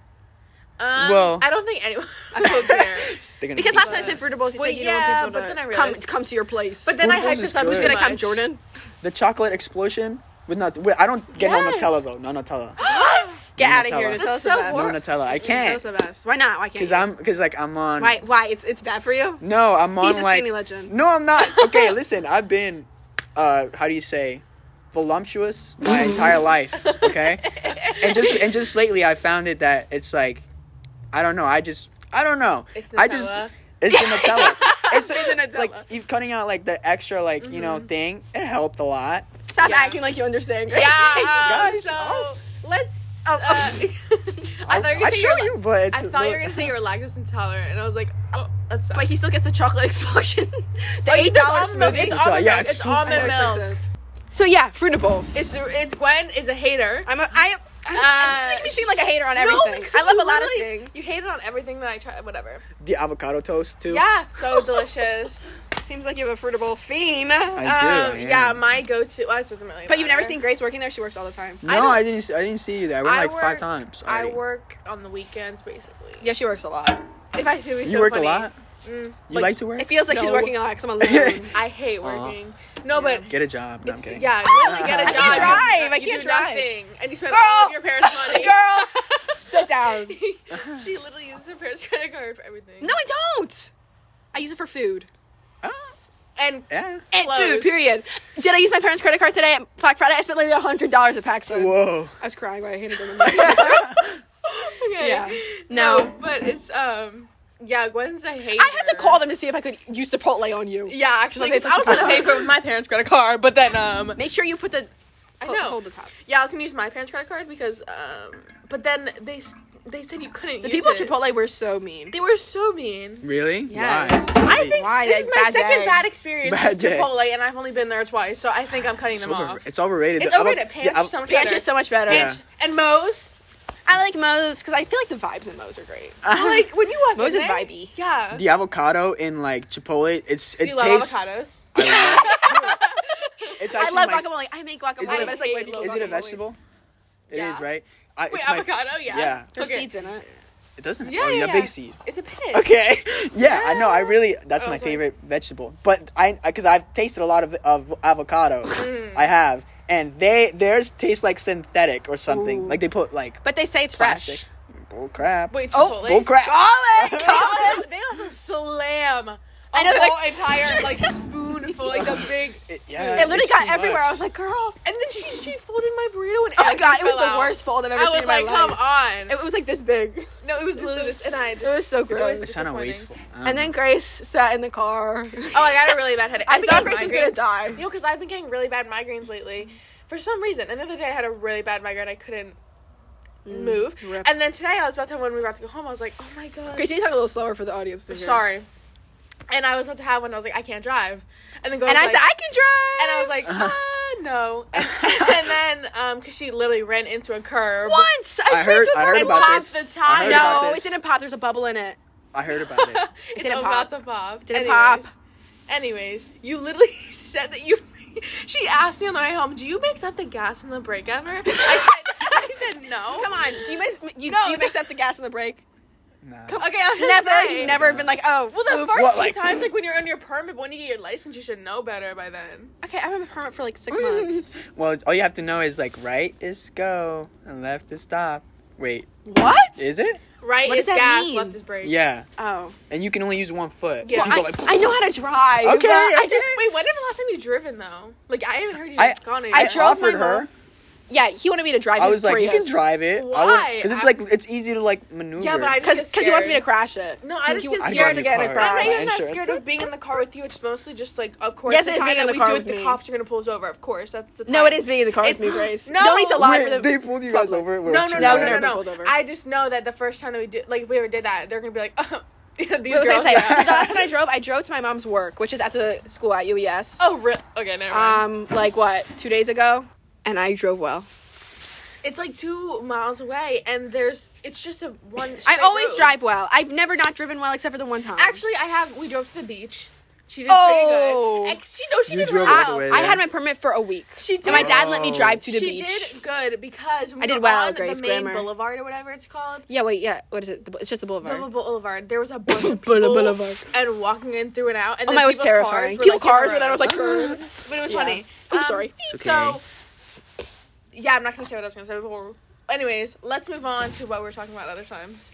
Speaker 5: Um,
Speaker 4: Well-
Speaker 5: [LAUGHS] I don't think anyone will care.
Speaker 4: They're gonna
Speaker 2: Because
Speaker 4: hate
Speaker 2: last
Speaker 4: you.
Speaker 2: time I said Fruit Bowls, you
Speaker 5: Wait,
Speaker 2: said you
Speaker 5: yeah,
Speaker 2: don't want
Speaker 5: but
Speaker 2: people
Speaker 5: then I
Speaker 2: to come,
Speaker 5: realized-
Speaker 2: come to your place.
Speaker 5: But then I
Speaker 4: Who's
Speaker 5: hyped this up.
Speaker 4: good?
Speaker 2: Who's
Speaker 5: too
Speaker 2: gonna come,
Speaker 5: much.
Speaker 2: Jordan?
Speaker 4: the chocolate explosion with not. Wait, I don't get no
Speaker 5: Yes.
Speaker 4: Nutella though. No
Speaker 2: [GASPS]
Speaker 4: Nutella.
Speaker 5: What?
Speaker 2: Get
Speaker 4: Nutella.
Speaker 2: out of here!
Speaker 4: That's
Speaker 2: Tell us
Speaker 5: so
Speaker 2: about
Speaker 4: No
Speaker 5: Or-
Speaker 2: it.
Speaker 4: Nutella. I
Speaker 2: Tell us
Speaker 4: can't.
Speaker 2: about it. Why not? Why can't
Speaker 4: Cause
Speaker 2: you?
Speaker 4: I'm. Cause like I'm on.
Speaker 2: Why? Why? It's it's bad for you.
Speaker 4: No, I'm on
Speaker 2: He's a
Speaker 4: like.
Speaker 2: skinny legend.
Speaker 4: No, I'm not.
Speaker 5: [LAUGHS]
Speaker 4: Okay, listen. I've been. Uh, how do you say? Voluptuous my entire life. Okay. and just and just lately, I found it that it's like, I don't know. I just I don't know.
Speaker 5: It's
Speaker 4: I just
Speaker 5: Nutella.
Speaker 4: it's the
Speaker 5: [LAUGHS]
Speaker 4: Nutella. it's the,
Speaker 2: Nutella.
Speaker 4: Like you cutting out like the extra like you
Speaker 5: Mm-hmm.
Speaker 4: know thing. It helped a lot.
Speaker 2: Stop
Speaker 5: Yeah.
Speaker 2: acting like you understand. Grace. [LAUGHS]
Speaker 5: [LAUGHS] Yeah. Um,
Speaker 4: Guys,
Speaker 5: so
Speaker 4: I'll-
Speaker 5: let's.
Speaker 2: Oh,
Speaker 5: Uh,
Speaker 2: oh.
Speaker 5: [LAUGHS] I thought you were
Speaker 4: I
Speaker 5: gonna say
Speaker 4: show
Speaker 5: you're.
Speaker 4: you, but it's
Speaker 5: I thought you were gonna say you were lactose intolerant, and I was like, oh, that's.
Speaker 2: But he still gets the chocolate [LAUGHS] explosion. the
Speaker 5: Oh, you-
Speaker 2: eight
Speaker 5: it's
Speaker 2: dollar
Speaker 5: almond milk. It's
Speaker 2: smoothie.
Speaker 5: almond
Speaker 4: Yeah,
Speaker 5: milk.
Speaker 4: it's
Speaker 5: It's
Speaker 4: so
Speaker 5: almond
Speaker 2: I know, it's
Speaker 5: milk.
Speaker 2: So yeah, fruitables.
Speaker 5: It's it's Gwen is a hater.
Speaker 2: I'm a, I, I'm,
Speaker 5: Uh,
Speaker 2: this makes me seem like a hater on
Speaker 5: No,
Speaker 2: everything.
Speaker 5: because
Speaker 2: I love
Speaker 5: you
Speaker 2: a lot
Speaker 5: literally-
Speaker 2: of things.
Speaker 5: You hated on everything that I tried. Whatever.
Speaker 4: the avocado toast too.
Speaker 2: [LAUGHS]
Speaker 5: Yeah, so delicious.
Speaker 2: Seems like you have a fruitable fiend.
Speaker 4: I do.
Speaker 5: um,
Speaker 4: I
Speaker 5: yeah.
Speaker 4: am.
Speaker 5: my go-to. Well, it doesn't really.
Speaker 2: But you've never
Speaker 5: matter.
Speaker 2: seen Grace working there. She works all the time.
Speaker 4: No,
Speaker 5: I don't-
Speaker 4: I, didn't. s- I didn't see you there. I went
Speaker 5: I
Speaker 4: like
Speaker 5: work-
Speaker 4: five times.
Speaker 5: I
Speaker 4: already.
Speaker 5: work on the weekends, basically.
Speaker 2: Yeah, she works a lot.
Speaker 5: If I should be
Speaker 4: You
Speaker 5: so
Speaker 4: work
Speaker 5: funny. Mm,
Speaker 4: a lot. You like, to work?
Speaker 2: It feels like she's
Speaker 5: No.
Speaker 2: working a lot because I'm [LAUGHS] alone.
Speaker 4: [LAUGHS]
Speaker 2: I
Speaker 5: I hate working. No, but
Speaker 4: Get a job. No, I'm
Speaker 5: it's,
Speaker 4: kidding.
Speaker 5: yeah, really
Speaker 2: [LAUGHS]
Speaker 5: get a
Speaker 4: I
Speaker 5: job.
Speaker 4: can't
Speaker 2: drive. I
Speaker 5: You
Speaker 2: can't
Speaker 5: do
Speaker 2: drive.
Speaker 5: Nothing, and you spend
Speaker 2: Girl!
Speaker 5: all of
Speaker 2: [LAUGHS]
Speaker 5: your parents' money.
Speaker 2: Girl, sit down.
Speaker 5: she literally uses her parents' credit card for everything.
Speaker 2: No, I don't. I use it for food.
Speaker 4: Oh,
Speaker 5: and
Speaker 4: yeah.
Speaker 2: And food,
Speaker 5: Clothes.
Speaker 2: Eh. period. Did I use my parents' credit card today at Black Friday? I spent literally hundred dollars at PacSun.
Speaker 4: Whoa.
Speaker 2: I was crying, but I hated [LAUGHS] them.
Speaker 5: okay.
Speaker 2: Yeah.
Speaker 5: No,
Speaker 2: No.
Speaker 5: but it's um, yeah, Gwen's a hater.
Speaker 2: I had to call them to see if I could use Chipotle on you.
Speaker 5: Yeah, actually,
Speaker 2: Like,
Speaker 5: I was gonna pay for my parents' credit card, but then um,
Speaker 2: Make sure you put the
Speaker 5: I
Speaker 2: hold,
Speaker 5: know.
Speaker 2: hold the top.
Speaker 5: yeah, I was gonna use my parents' credit card because um, but then they s- they said you couldn't.
Speaker 2: The
Speaker 5: use
Speaker 2: people
Speaker 5: it.
Speaker 2: at Chipotle were so mean.
Speaker 5: They were so mean.
Speaker 4: Really?
Speaker 2: Yes.
Speaker 4: Why?
Speaker 5: I think
Speaker 2: Why?
Speaker 5: this is my
Speaker 2: Bad
Speaker 5: second
Speaker 2: day.
Speaker 5: bad experience
Speaker 4: Bad
Speaker 5: with
Speaker 4: day.
Speaker 5: Chipotle, and I've only been there twice, so I think I'm cutting
Speaker 4: It's,
Speaker 5: them
Speaker 4: over-
Speaker 5: off.
Speaker 4: it's overrated.
Speaker 5: It's
Speaker 4: The avo-
Speaker 5: overrated. Pants
Speaker 4: the
Speaker 5: are
Speaker 4: avo-
Speaker 5: so much
Speaker 2: Pants
Speaker 5: better.
Speaker 2: are so much better.
Speaker 4: Yeah.
Speaker 5: And Moe's,
Speaker 2: I like Moe's because I feel like the vibes in Moe's are great.
Speaker 5: like when you walk
Speaker 2: Moe's
Speaker 5: in
Speaker 2: is
Speaker 5: there,
Speaker 2: vibey.
Speaker 4: [LAUGHS]
Speaker 5: Yeah.
Speaker 4: the avocado in like Chipotle, it's it
Speaker 5: Do you love
Speaker 4: tastes.
Speaker 5: avocados?
Speaker 4: I love
Speaker 5: [LAUGHS]
Speaker 4: it. it's
Speaker 2: I
Speaker 4: actually
Speaker 2: love
Speaker 4: my-
Speaker 2: guacamole. I make guacamole,
Speaker 4: Is it a-
Speaker 2: but it's like way
Speaker 5: I
Speaker 2: below
Speaker 4: Is it a
Speaker 2: guacamole.
Speaker 4: vegetable? It is,
Speaker 5: Yeah.
Speaker 4: right? I,
Speaker 5: Wait,
Speaker 4: it's my-
Speaker 5: avocado? yeah.
Speaker 4: yeah.
Speaker 2: There's
Speaker 5: Okay.
Speaker 2: seeds in it.
Speaker 4: it doesn't.
Speaker 5: Yeah,
Speaker 4: I mean,
Speaker 5: yeah,
Speaker 4: a
Speaker 5: yeah.
Speaker 4: big seed.
Speaker 5: It's a pig.
Speaker 4: [LAUGHS] Okay. Yeah, I know. I
Speaker 5: [LAUGHS]
Speaker 4: really that's
Speaker 5: Oh,
Speaker 4: my
Speaker 5: sorry.
Speaker 4: favorite vegetable. But I because I've tasted a lot of, of avocado.
Speaker 5: Mm.
Speaker 4: I have, and they theirs taste like synthetic or something.
Speaker 2: Ooh.
Speaker 4: Like they put like
Speaker 2: But they say it's
Speaker 4: plastic.
Speaker 2: fresh.
Speaker 4: Bull crap.
Speaker 5: Wait,
Speaker 2: Oh,
Speaker 5: Chipotle.
Speaker 4: Bull crap. [LAUGHS]
Speaker 2: Garlic,
Speaker 5: They
Speaker 2: garlic.
Speaker 5: also, they also slam a
Speaker 2: I know, they're
Speaker 5: whole
Speaker 2: like- [LAUGHS]
Speaker 5: entire like spoonful, like the big.
Speaker 4: It-
Speaker 5: spoon.
Speaker 4: yeah,
Speaker 2: It literally
Speaker 4: it's
Speaker 2: got
Speaker 4: too
Speaker 2: everywhere. I
Speaker 4: much.
Speaker 2: was like, girl.
Speaker 5: and then she she folded my burrito and
Speaker 2: Oh my god, it
Speaker 5: everything
Speaker 2: was
Speaker 5: fell
Speaker 2: the
Speaker 5: out.
Speaker 2: worst fold I've ever
Speaker 5: I
Speaker 2: seen
Speaker 5: was
Speaker 2: in my
Speaker 5: like, come
Speaker 2: life.
Speaker 5: on.
Speaker 2: It was like this big.
Speaker 5: no, it was literally this, and I.
Speaker 2: It was so gross.
Speaker 5: was-
Speaker 4: It's kind of wasteful.
Speaker 5: disappointing.
Speaker 4: I don't
Speaker 2: And
Speaker 4: know.
Speaker 2: then Grace sat in the car.
Speaker 5: Oh, I got a really bad headache.
Speaker 2: I
Speaker 5: I've been
Speaker 2: thought
Speaker 5: getting
Speaker 2: Grace was gonna
Speaker 5: migraines.
Speaker 2: die.
Speaker 5: You know, because I've been getting really bad migraines lately. For some reason, another day I had a really bad migraine. I couldn't move.
Speaker 2: Mm, rip.
Speaker 5: And then today I was about to when we were about to go home. I was like, oh my god,
Speaker 2: Grace, you need to talk a little slower for the audience to hear.
Speaker 5: sorry. And I was about to have one. I was like, I can't drive. And then going
Speaker 2: And I said, I can drive.
Speaker 5: and I was like, ah,
Speaker 2: [LAUGHS]
Speaker 5: no.
Speaker 4: Um.
Speaker 5: And,
Speaker 4: [LAUGHS]
Speaker 5: and then, um, because she literally ran into a curb.
Speaker 2: once. [LAUGHS] I,
Speaker 4: I heard.
Speaker 2: freaked
Speaker 4: I
Speaker 2: with
Speaker 4: heard
Speaker 2: her
Speaker 4: about
Speaker 5: popped
Speaker 2: once.
Speaker 4: this.
Speaker 5: the
Speaker 4: I heard
Speaker 5: tire.
Speaker 4: about
Speaker 2: No, it
Speaker 4: this.
Speaker 2: didn't pop. There's a bubble in it.
Speaker 4: I heard about it.
Speaker 2: [LAUGHS]
Speaker 5: It's
Speaker 2: didn't
Speaker 5: about
Speaker 2: pop.
Speaker 5: to pop.
Speaker 2: Didn't
Speaker 5: Anyways.
Speaker 2: pop.
Speaker 5: Anyways, you literally [LAUGHS] said that you. She asked me on the way home, "Do you mix up the gas in the brake ever?" I said, I said no.
Speaker 2: Come on. Do you mix? You
Speaker 5: No,
Speaker 2: do you
Speaker 5: no.
Speaker 2: mix up the gas and the brake?
Speaker 4: Nah.
Speaker 5: Okay, I was gonna
Speaker 2: Never.
Speaker 5: say.
Speaker 2: You've never been like, oh,
Speaker 5: Well, the
Speaker 2: oops.
Speaker 5: first
Speaker 4: What,
Speaker 5: few
Speaker 4: like-
Speaker 5: times, like when you're on your permit, but when you get your license, you should know better by then.
Speaker 2: Okay, I've been a permit for like six
Speaker 4: Mm.
Speaker 2: months.
Speaker 4: Well, all you have to know is like right is go and left is stop. Wait,
Speaker 2: what?
Speaker 4: is it?
Speaker 5: Right?
Speaker 2: What
Speaker 5: is
Speaker 2: does that
Speaker 5: gas,
Speaker 2: mean?
Speaker 5: left is brake.
Speaker 4: Yeah,
Speaker 2: oh,
Speaker 4: and you can only use one foot.
Speaker 5: Yeah.
Speaker 4: If you go
Speaker 2: I,
Speaker 4: like-
Speaker 2: I know how to drive.
Speaker 4: Okay,
Speaker 2: but I
Speaker 4: okay.
Speaker 2: just
Speaker 5: Wait, when did the last time you driven though? Like I haven't heard you
Speaker 4: I,
Speaker 5: gone
Speaker 4: I
Speaker 5: anywhere.
Speaker 2: I drove
Speaker 4: offered
Speaker 2: my
Speaker 4: her.
Speaker 2: mom- yeah, he wanted me to drive.
Speaker 4: I
Speaker 2: his
Speaker 4: was like, you
Speaker 2: Prius.
Speaker 4: can drive it.
Speaker 5: Why?
Speaker 4: Because it's
Speaker 5: I-
Speaker 4: like it's easy to like maneuver.
Speaker 5: Yeah, but I
Speaker 2: because
Speaker 5: just
Speaker 2: because he wants me to
Speaker 5: scared.
Speaker 2: crash it.
Speaker 5: No, I just
Speaker 2: He-
Speaker 5: get
Speaker 2: he wants
Speaker 5: scared to
Speaker 2: me
Speaker 4: get in a
Speaker 2: crash.
Speaker 4: car.
Speaker 5: I'm not
Speaker 4: My
Speaker 5: even that
Speaker 4: insurance.
Speaker 5: scared of being in the car with you. It's mostly just like, of course,
Speaker 2: Yes,
Speaker 5: the
Speaker 2: it is
Speaker 5: time
Speaker 2: being in
Speaker 5: that
Speaker 2: the
Speaker 5: we
Speaker 2: car
Speaker 5: do
Speaker 2: with
Speaker 5: it, the
Speaker 2: me.
Speaker 5: cops are gonna pull us over. Of course, that's the time.
Speaker 2: No, it is being in the car with me,
Speaker 5: It's-
Speaker 2: Grace.
Speaker 5: No.
Speaker 2: don't need to lie for
Speaker 4: Wait,
Speaker 2: the.
Speaker 4: they pulled you guys over.
Speaker 5: No, no,
Speaker 2: No,
Speaker 5: no,
Speaker 2: we've
Speaker 5: no,
Speaker 2: never been
Speaker 5: no,
Speaker 2: pulled
Speaker 5: no.
Speaker 2: over.
Speaker 5: I just know that the first time that we did, like, if we ever did that, they're gonna be like, [LAUGHS] oh, these
Speaker 2: What was I
Speaker 5: girls.
Speaker 2: saying?
Speaker 5: yeah.
Speaker 2: the last time I drove, I drove to my mom's work, which is at the school at UES.
Speaker 5: Oh, real? Okay, never mind.
Speaker 2: um, like what, two days ago, and I drove well.
Speaker 5: it's like two miles away, and there's it's just a one.
Speaker 2: I
Speaker 5: straight
Speaker 2: always
Speaker 5: road.
Speaker 2: drive well. I've never not driven well except for the one time.
Speaker 5: Actually, I have. We drove to the beach. She did
Speaker 2: Oh.
Speaker 5: pretty good. Ex- She no, she
Speaker 4: You
Speaker 5: did
Speaker 4: drove
Speaker 5: really
Speaker 4: all the way
Speaker 5: well.
Speaker 2: I had my permit for a week. She did. And my dad let me
Speaker 4: Oh.
Speaker 2: drive to the
Speaker 5: She
Speaker 2: beach.
Speaker 5: did good because when
Speaker 2: I
Speaker 5: we
Speaker 2: did
Speaker 5: were
Speaker 2: well,
Speaker 5: on
Speaker 2: Grace
Speaker 5: the main
Speaker 2: Grammar.
Speaker 5: boulevard or whatever it's called.
Speaker 2: Yeah, wait, yeah. What is it? The, bu- it's just the boulevard.
Speaker 5: Boulevard. Boulevard.
Speaker 2: [LAUGHS]
Speaker 5: There was a bunch of
Speaker 2: Boule-
Speaker 5: people
Speaker 2: boulevard.
Speaker 5: and walking in through and out. And
Speaker 2: oh
Speaker 5: then
Speaker 2: my, it was
Speaker 5: people's cars
Speaker 2: terrifying.
Speaker 5: were,
Speaker 2: People
Speaker 5: like, in
Speaker 2: cars,
Speaker 5: the
Speaker 2: and I
Speaker 5: road.
Speaker 2: was like, "Grr."
Speaker 5: but it was
Speaker 2: Yeah.
Speaker 5: funny. Um,
Speaker 2: I'm sorry.
Speaker 4: It's
Speaker 5: So,
Speaker 4: okay.
Speaker 5: yeah, I'm not gonna say what I was gonna say before. Anyways, let's move on to what we we're talking about other times.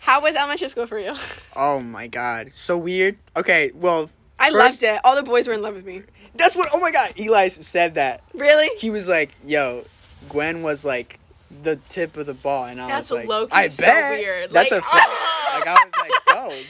Speaker 2: how was elementary school for you?
Speaker 4: Oh my god, so weird. Okay, well,
Speaker 2: I loved
Speaker 4: First-
Speaker 2: it. All the boys were in love with me.
Speaker 4: that's what. Oh my god, Eli said that.
Speaker 2: Really?
Speaker 4: He was like, "Yo, Gwen was like the tip of the ball," and I
Speaker 5: That's
Speaker 4: was like,
Speaker 5: low-key
Speaker 4: "I
Speaker 5: so
Speaker 4: bet."
Speaker 5: weird.
Speaker 4: That's
Speaker 5: Like,
Speaker 4: a
Speaker 5: [LAUGHS]
Speaker 4: fact. like I was like,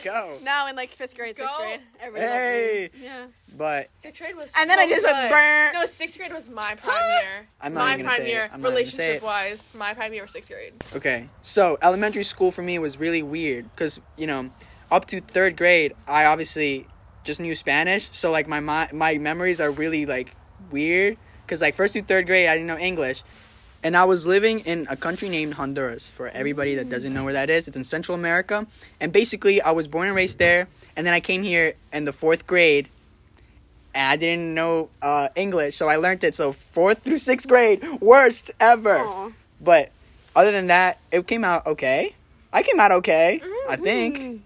Speaker 4: "Go, go."
Speaker 2: Now in like fifth grade, sixth
Speaker 5: Go.
Speaker 2: grade, every
Speaker 4: Hey.
Speaker 2: yeah.
Speaker 4: But
Speaker 5: Sixth grade was,
Speaker 2: And then I
Speaker 5: so
Speaker 2: just went,
Speaker 5: good.
Speaker 2: "Brr."
Speaker 5: No, sixth grade was my prime year.
Speaker 4: I'm not
Speaker 5: my
Speaker 4: even gonna
Speaker 5: prime
Speaker 4: say it.
Speaker 5: year,
Speaker 4: I'm not even gonna say it.
Speaker 5: relationship wise, my prime year was sixth grade.
Speaker 4: okay, so elementary school for me was really weird because you know, up to third grade, I obviously just knew Spanish, so like my my, my memories are really like weird because like first through third grade, I didn't know English. And I was living in a country named Honduras. For everybody that doesn't know where that is, it's in Central America. And basically, I was born and raised there. And then I came here in the fourth grade, and I didn't know uh, English, so I learned it. So fourth through sixth grade, worst ever.
Speaker 2: Aw.
Speaker 4: But other than that, it came out okay. I came out okay, I think.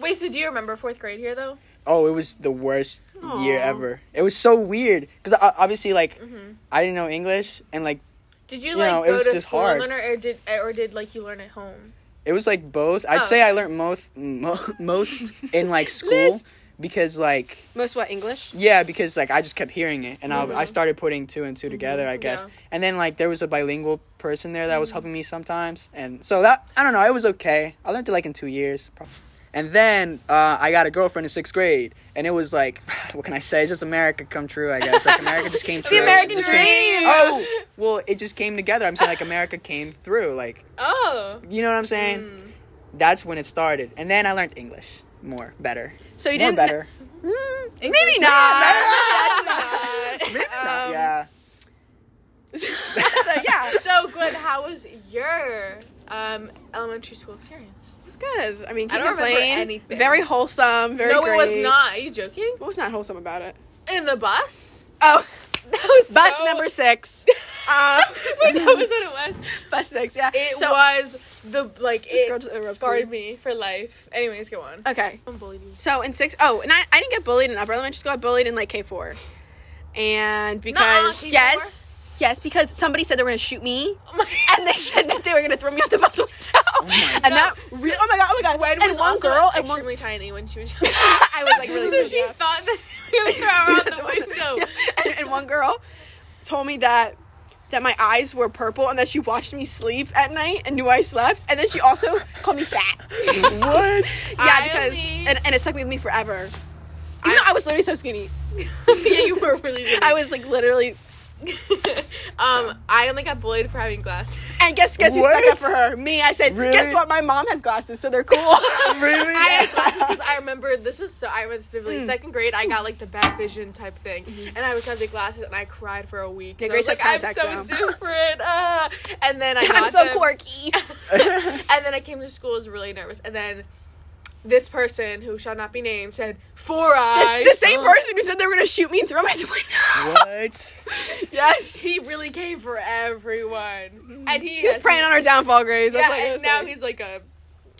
Speaker 5: Wait, so do you remember fourth grade here though?
Speaker 4: Oh, it was the worst year
Speaker 2: Aw.
Speaker 4: ever. It was so weird because obviously, like, I didn't know English, and like,
Speaker 5: Did you
Speaker 4: You
Speaker 5: like
Speaker 4: know, it
Speaker 5: go
Speaker 4: was
Speaker 5: to
Speaker 4: just
Speaker 5: school
Speaker 4: hard.
Speaker 5: and learn, it, or did or did like you learn at home?
Speaker 4: It was like both. I'd
Speaker 5: Oh,
Speaker 4: say I
Speaker 5: okay.
Speaker 4: learned most mo- [LAUGHS] most in like school
Speaker 2: Lisp.
Speaker 4: because like
Speaker 2: Most what English?
Speaker 4: yeah because like I just kept hearing it and
Speaker 2: Mm-hmm.
Speaker 4: I, I started putting two and two together I guess.
Speaker 5: Yeah.
Speaker 4: And then like there was a bilingual person there that
Speaker 2: Mm-hmm.
Speaker 4: was helping me sometimes and so that I don't know it was okay. I learned it like in two years. Probably. And then uh, I got a girlfriend in sixth grade and it was like [SIGHS] what can I say? It's just America come true I guess. Like America just
Speaker 2: [LAUGHS]
Speaker 4: came true.
Speaker 2: American
Speaker 4: It just came-
Speaker 2: dream.
Speaker 4: Oh well, it just came together. I'm saying like America came through like.
Speaker 5: Oh,
Speaker 4: You know what I'm saying?
Speaker 2: Mm.
Speaker 4: That's when it started. And then I learned English more, better.
Speaker 2: So you
Speaker 4: more
Speaker 2: didn't [LAUGHS]
Speaker 4: better.
Speaker 5: Mm,
Speaker 2: Maybe not.
Speaker 5: [LAUGHS]
Speaker 2: Um,
Speaker 4: yeah.
Speaker 2: [LAUGHS] so yeah, it
Speaker 5: So Gwen, how was your um, elementary school experience?
Speaker 2: was good. I mean, can't
Speaker 5: I don't remember
Speaker 2: complain.
Speaker 5: anything.
Speaker 2: Very wholesome. Very
Speaker 5: no, it was
Speaker 2: great.
Speaker 5: not. Are you joking?
Speaker 2: What was not wholesome about it?
Speaker 5: In the bus?
Speaker 2: Oh,
Speaker 5: That was
Speaker 2: bus
Speaker 5: so- [LAUGHS]
Speaker 2: number six. Um,
Speaker 5: Wait, that was what it was.
Speaker 2: bus six. Yeah.
Speaker 5: It
Speaker 2: so
Speaker 5: was the like
Speaker 2: girl just
Speaker 5: it
Speaker 2: interrupts
Speaker 5: scarred me for life. Anyways, go on.
Speaker 2: okay.
Speaker 5: I'm bullied you.
Speaker 2: So in six, oh, and I, I didn't get bullied in upper elementary school. I bullied in like K four, and because
Speaker 5: K4?
Speaker 2: yes, yes, because somebody said they were gonna shoot me,
Speaker 5: Oh my
Speaker 2: and they [LAUGHS] said that they were gonna throw me out the bus window,
Speaker 5: Oh
Speaker 2: [LAUGHS] and that re- oh my god, oh my god,
Speaker 5: Gwen
Speaker 2: and
Speaker 5: was
Speaker 2: one
Speaker 5: also
Speaker 2: girl and one, [LAUGHS]
Speaker 5: extremely tiny when [LAUGHS] she was.
Speaker 2: I was like really
Speaker 5: [LAUGHS] so
Speaker 2: rude,
Speaker 5: she
Speaker 2: yeah.
Speaker 5: thought that she was throw her out the window.
Speaker 2: Yeah, [LAUGHS] and, and one girl told me that that my eyes were purple and that she watched me sleep at night and knew I slept, and then she also called me
Speaker 5: [LAUGHS]
Speaker 2: fat.
Speaker 4: what?
Speaker 2: Yeah,
Speaker 5: I
Speaker 2: because
Speaker 5: only-
Speaker 2: and, and it stuck with me forever. Even though I was literally so skinny.
Speaker 5: [LAUGHS] yeah, you were [LAUGHS] really. Little.
Speaker 2: I was like literally
Speaker 5: um, I only got bullied for having glasses. [LAUGHS]
Speaker 2: and guess guess who
Speaker 4: What?
Speaker 2: stuck up for her? Me. I said,
Speaker 4: Really?
Speaker 2: guess what? My mom has glasses, so
Speaker 5: [LAUGHS]
Speaker 2: they're cool. [LAUGHS]
Speaker 4: Really?
Speaker 5: I had glasses 'cause I remember this was so I was vividly in second grade. I got like the bad vision type thing, and I was having glasses, and I cried for a week.
Speaker 2: Yeah,
Speaker 5: And
Speaker 2: Grace
Speaker 5: I was
Speaker 2: has
Speaker 5: like, I'm
Speaker 2: contacts
Speaker 5: so different. Uh, and [LAUGHS] then I got
Speaker 2: I'm so
Speaker 5: them,
Speaker 2: quirky.
Speaker 5: And then I came to school was really nervous, and then this person who shall not be named said four eyes.
Speaker 2: This, the
Speaker 5: [LAUGHS]
Speaker 2: same person who said they were gonna shoot me and throw me out the window.
Speaker 4: what?
Speaker 2: Yes. Mm-hmm.
Speaker 5: he really came for everyone, and he
Speaker 2: He was
Speaker 5: has-
Speaker 2: preying on our downfall, Grace. That's
Speaker 5: Yeah,
Speaker 2: what it
Speaker 5: and
Speaker 2: was
Speaker 5: now
Speaker 2: like.
Speaker 5: he's like a.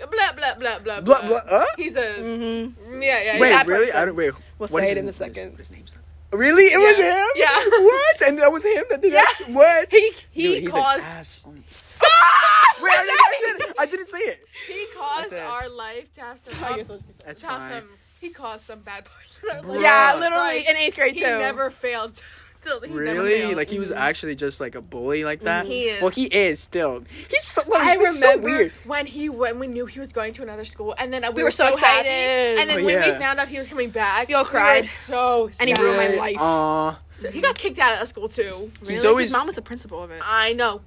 Speaker 5: Blah blah blah blah
Speaker 4: Blah, blah, huh?
Speaker 5: He's a
Speaker 2: Mm-hmm.
Speaker 5: yeah yeah.
Speaker 4: Wait,
Speaker 5: yeah.
Speaker 4: really?
Speaker 2: person.
Speaker 4: I don't wait.
Speaker 2: We'll
Speaker 4: what
Speaker 2: say
Speaker 4: is
Speaker 2: it in
Speaker 4: his-
Speaker 2: a
Speaker 4: what is-
Speaker 2: second.
Speaker 4: what is his name? Really? It was
Speaker 5: Yeah.
Speaker 4: him?
Speaker 5: Yeah.
Speaker 4: [LAUGHS] What? And that was him that did that?
Speaker 5: Yeah.
Speaker 4: What?
Speaker 5: He
Speaker 4: Dude,
Speaker 5: he
Speaker 4: he's an
Speaker 5: caused
Speaker 4: ass.
Speaker 5: [LAUGHS]
Speaker 4: Oh my- [LAUGHS] Wait, I didn't, I, didn't, I didn't say it.
Speaker 5: he caused
Speaker 4: That's it.
Speaker 5: our life to have some
Speaker 2: I
Speaker 4: [LAUGHS]
Speaker 5: up-
Speaker 2: guess we'll just-
Speaker 4: That's
Speaker 5: to have
Speaker 4: fine.
Speaker 5: some he caused some bad parts. in our life.
Speaker 2: yeah,
Speaker 4: Bruh.
Speaker 2: literally
Speaker 5: Like,
Speaker 2: in eighth grade
Speaker 5: he
Speaker 2: too.
Speaker 5: never failed. [LAUGHS] Still, he never
Speaker 4: Really?
Speaker 5: failed. Mm-hmm. Mm,
Speaker 4: Like he was actually just like a bully like that?
Speaker 5: He is.
Speaker 4: Well, he is still. He's so,
Speaker 2: [LAUGHS]
Speaker 4: it's
Speaker 5: I remember
Speaker 4: so weird.
Speaker 5: when he when we knew he was going to another school, and then we,
Speaker 2: were so
Speaker 5: happy,
Speaker 2: excited.
Speaker 5: and then
Speaker 4: Oh,
Speaker 5: when we
Speaker 4: yeah.
Speaker 5: found out he was coming back,
Speaker 2: We all
Speaker 5: we were
Speaker 2: cried.
Speaker 5: so
Speaker 2: And he ruined my
Speaker 5: sad.
Speaker 2: life.
Speaker 4: Aw.
Speaker 5: So he got kicked out of school too.
Speaker 4: He's always
Speaker 2: His mom was the principal of it.
Speaker 5: I know.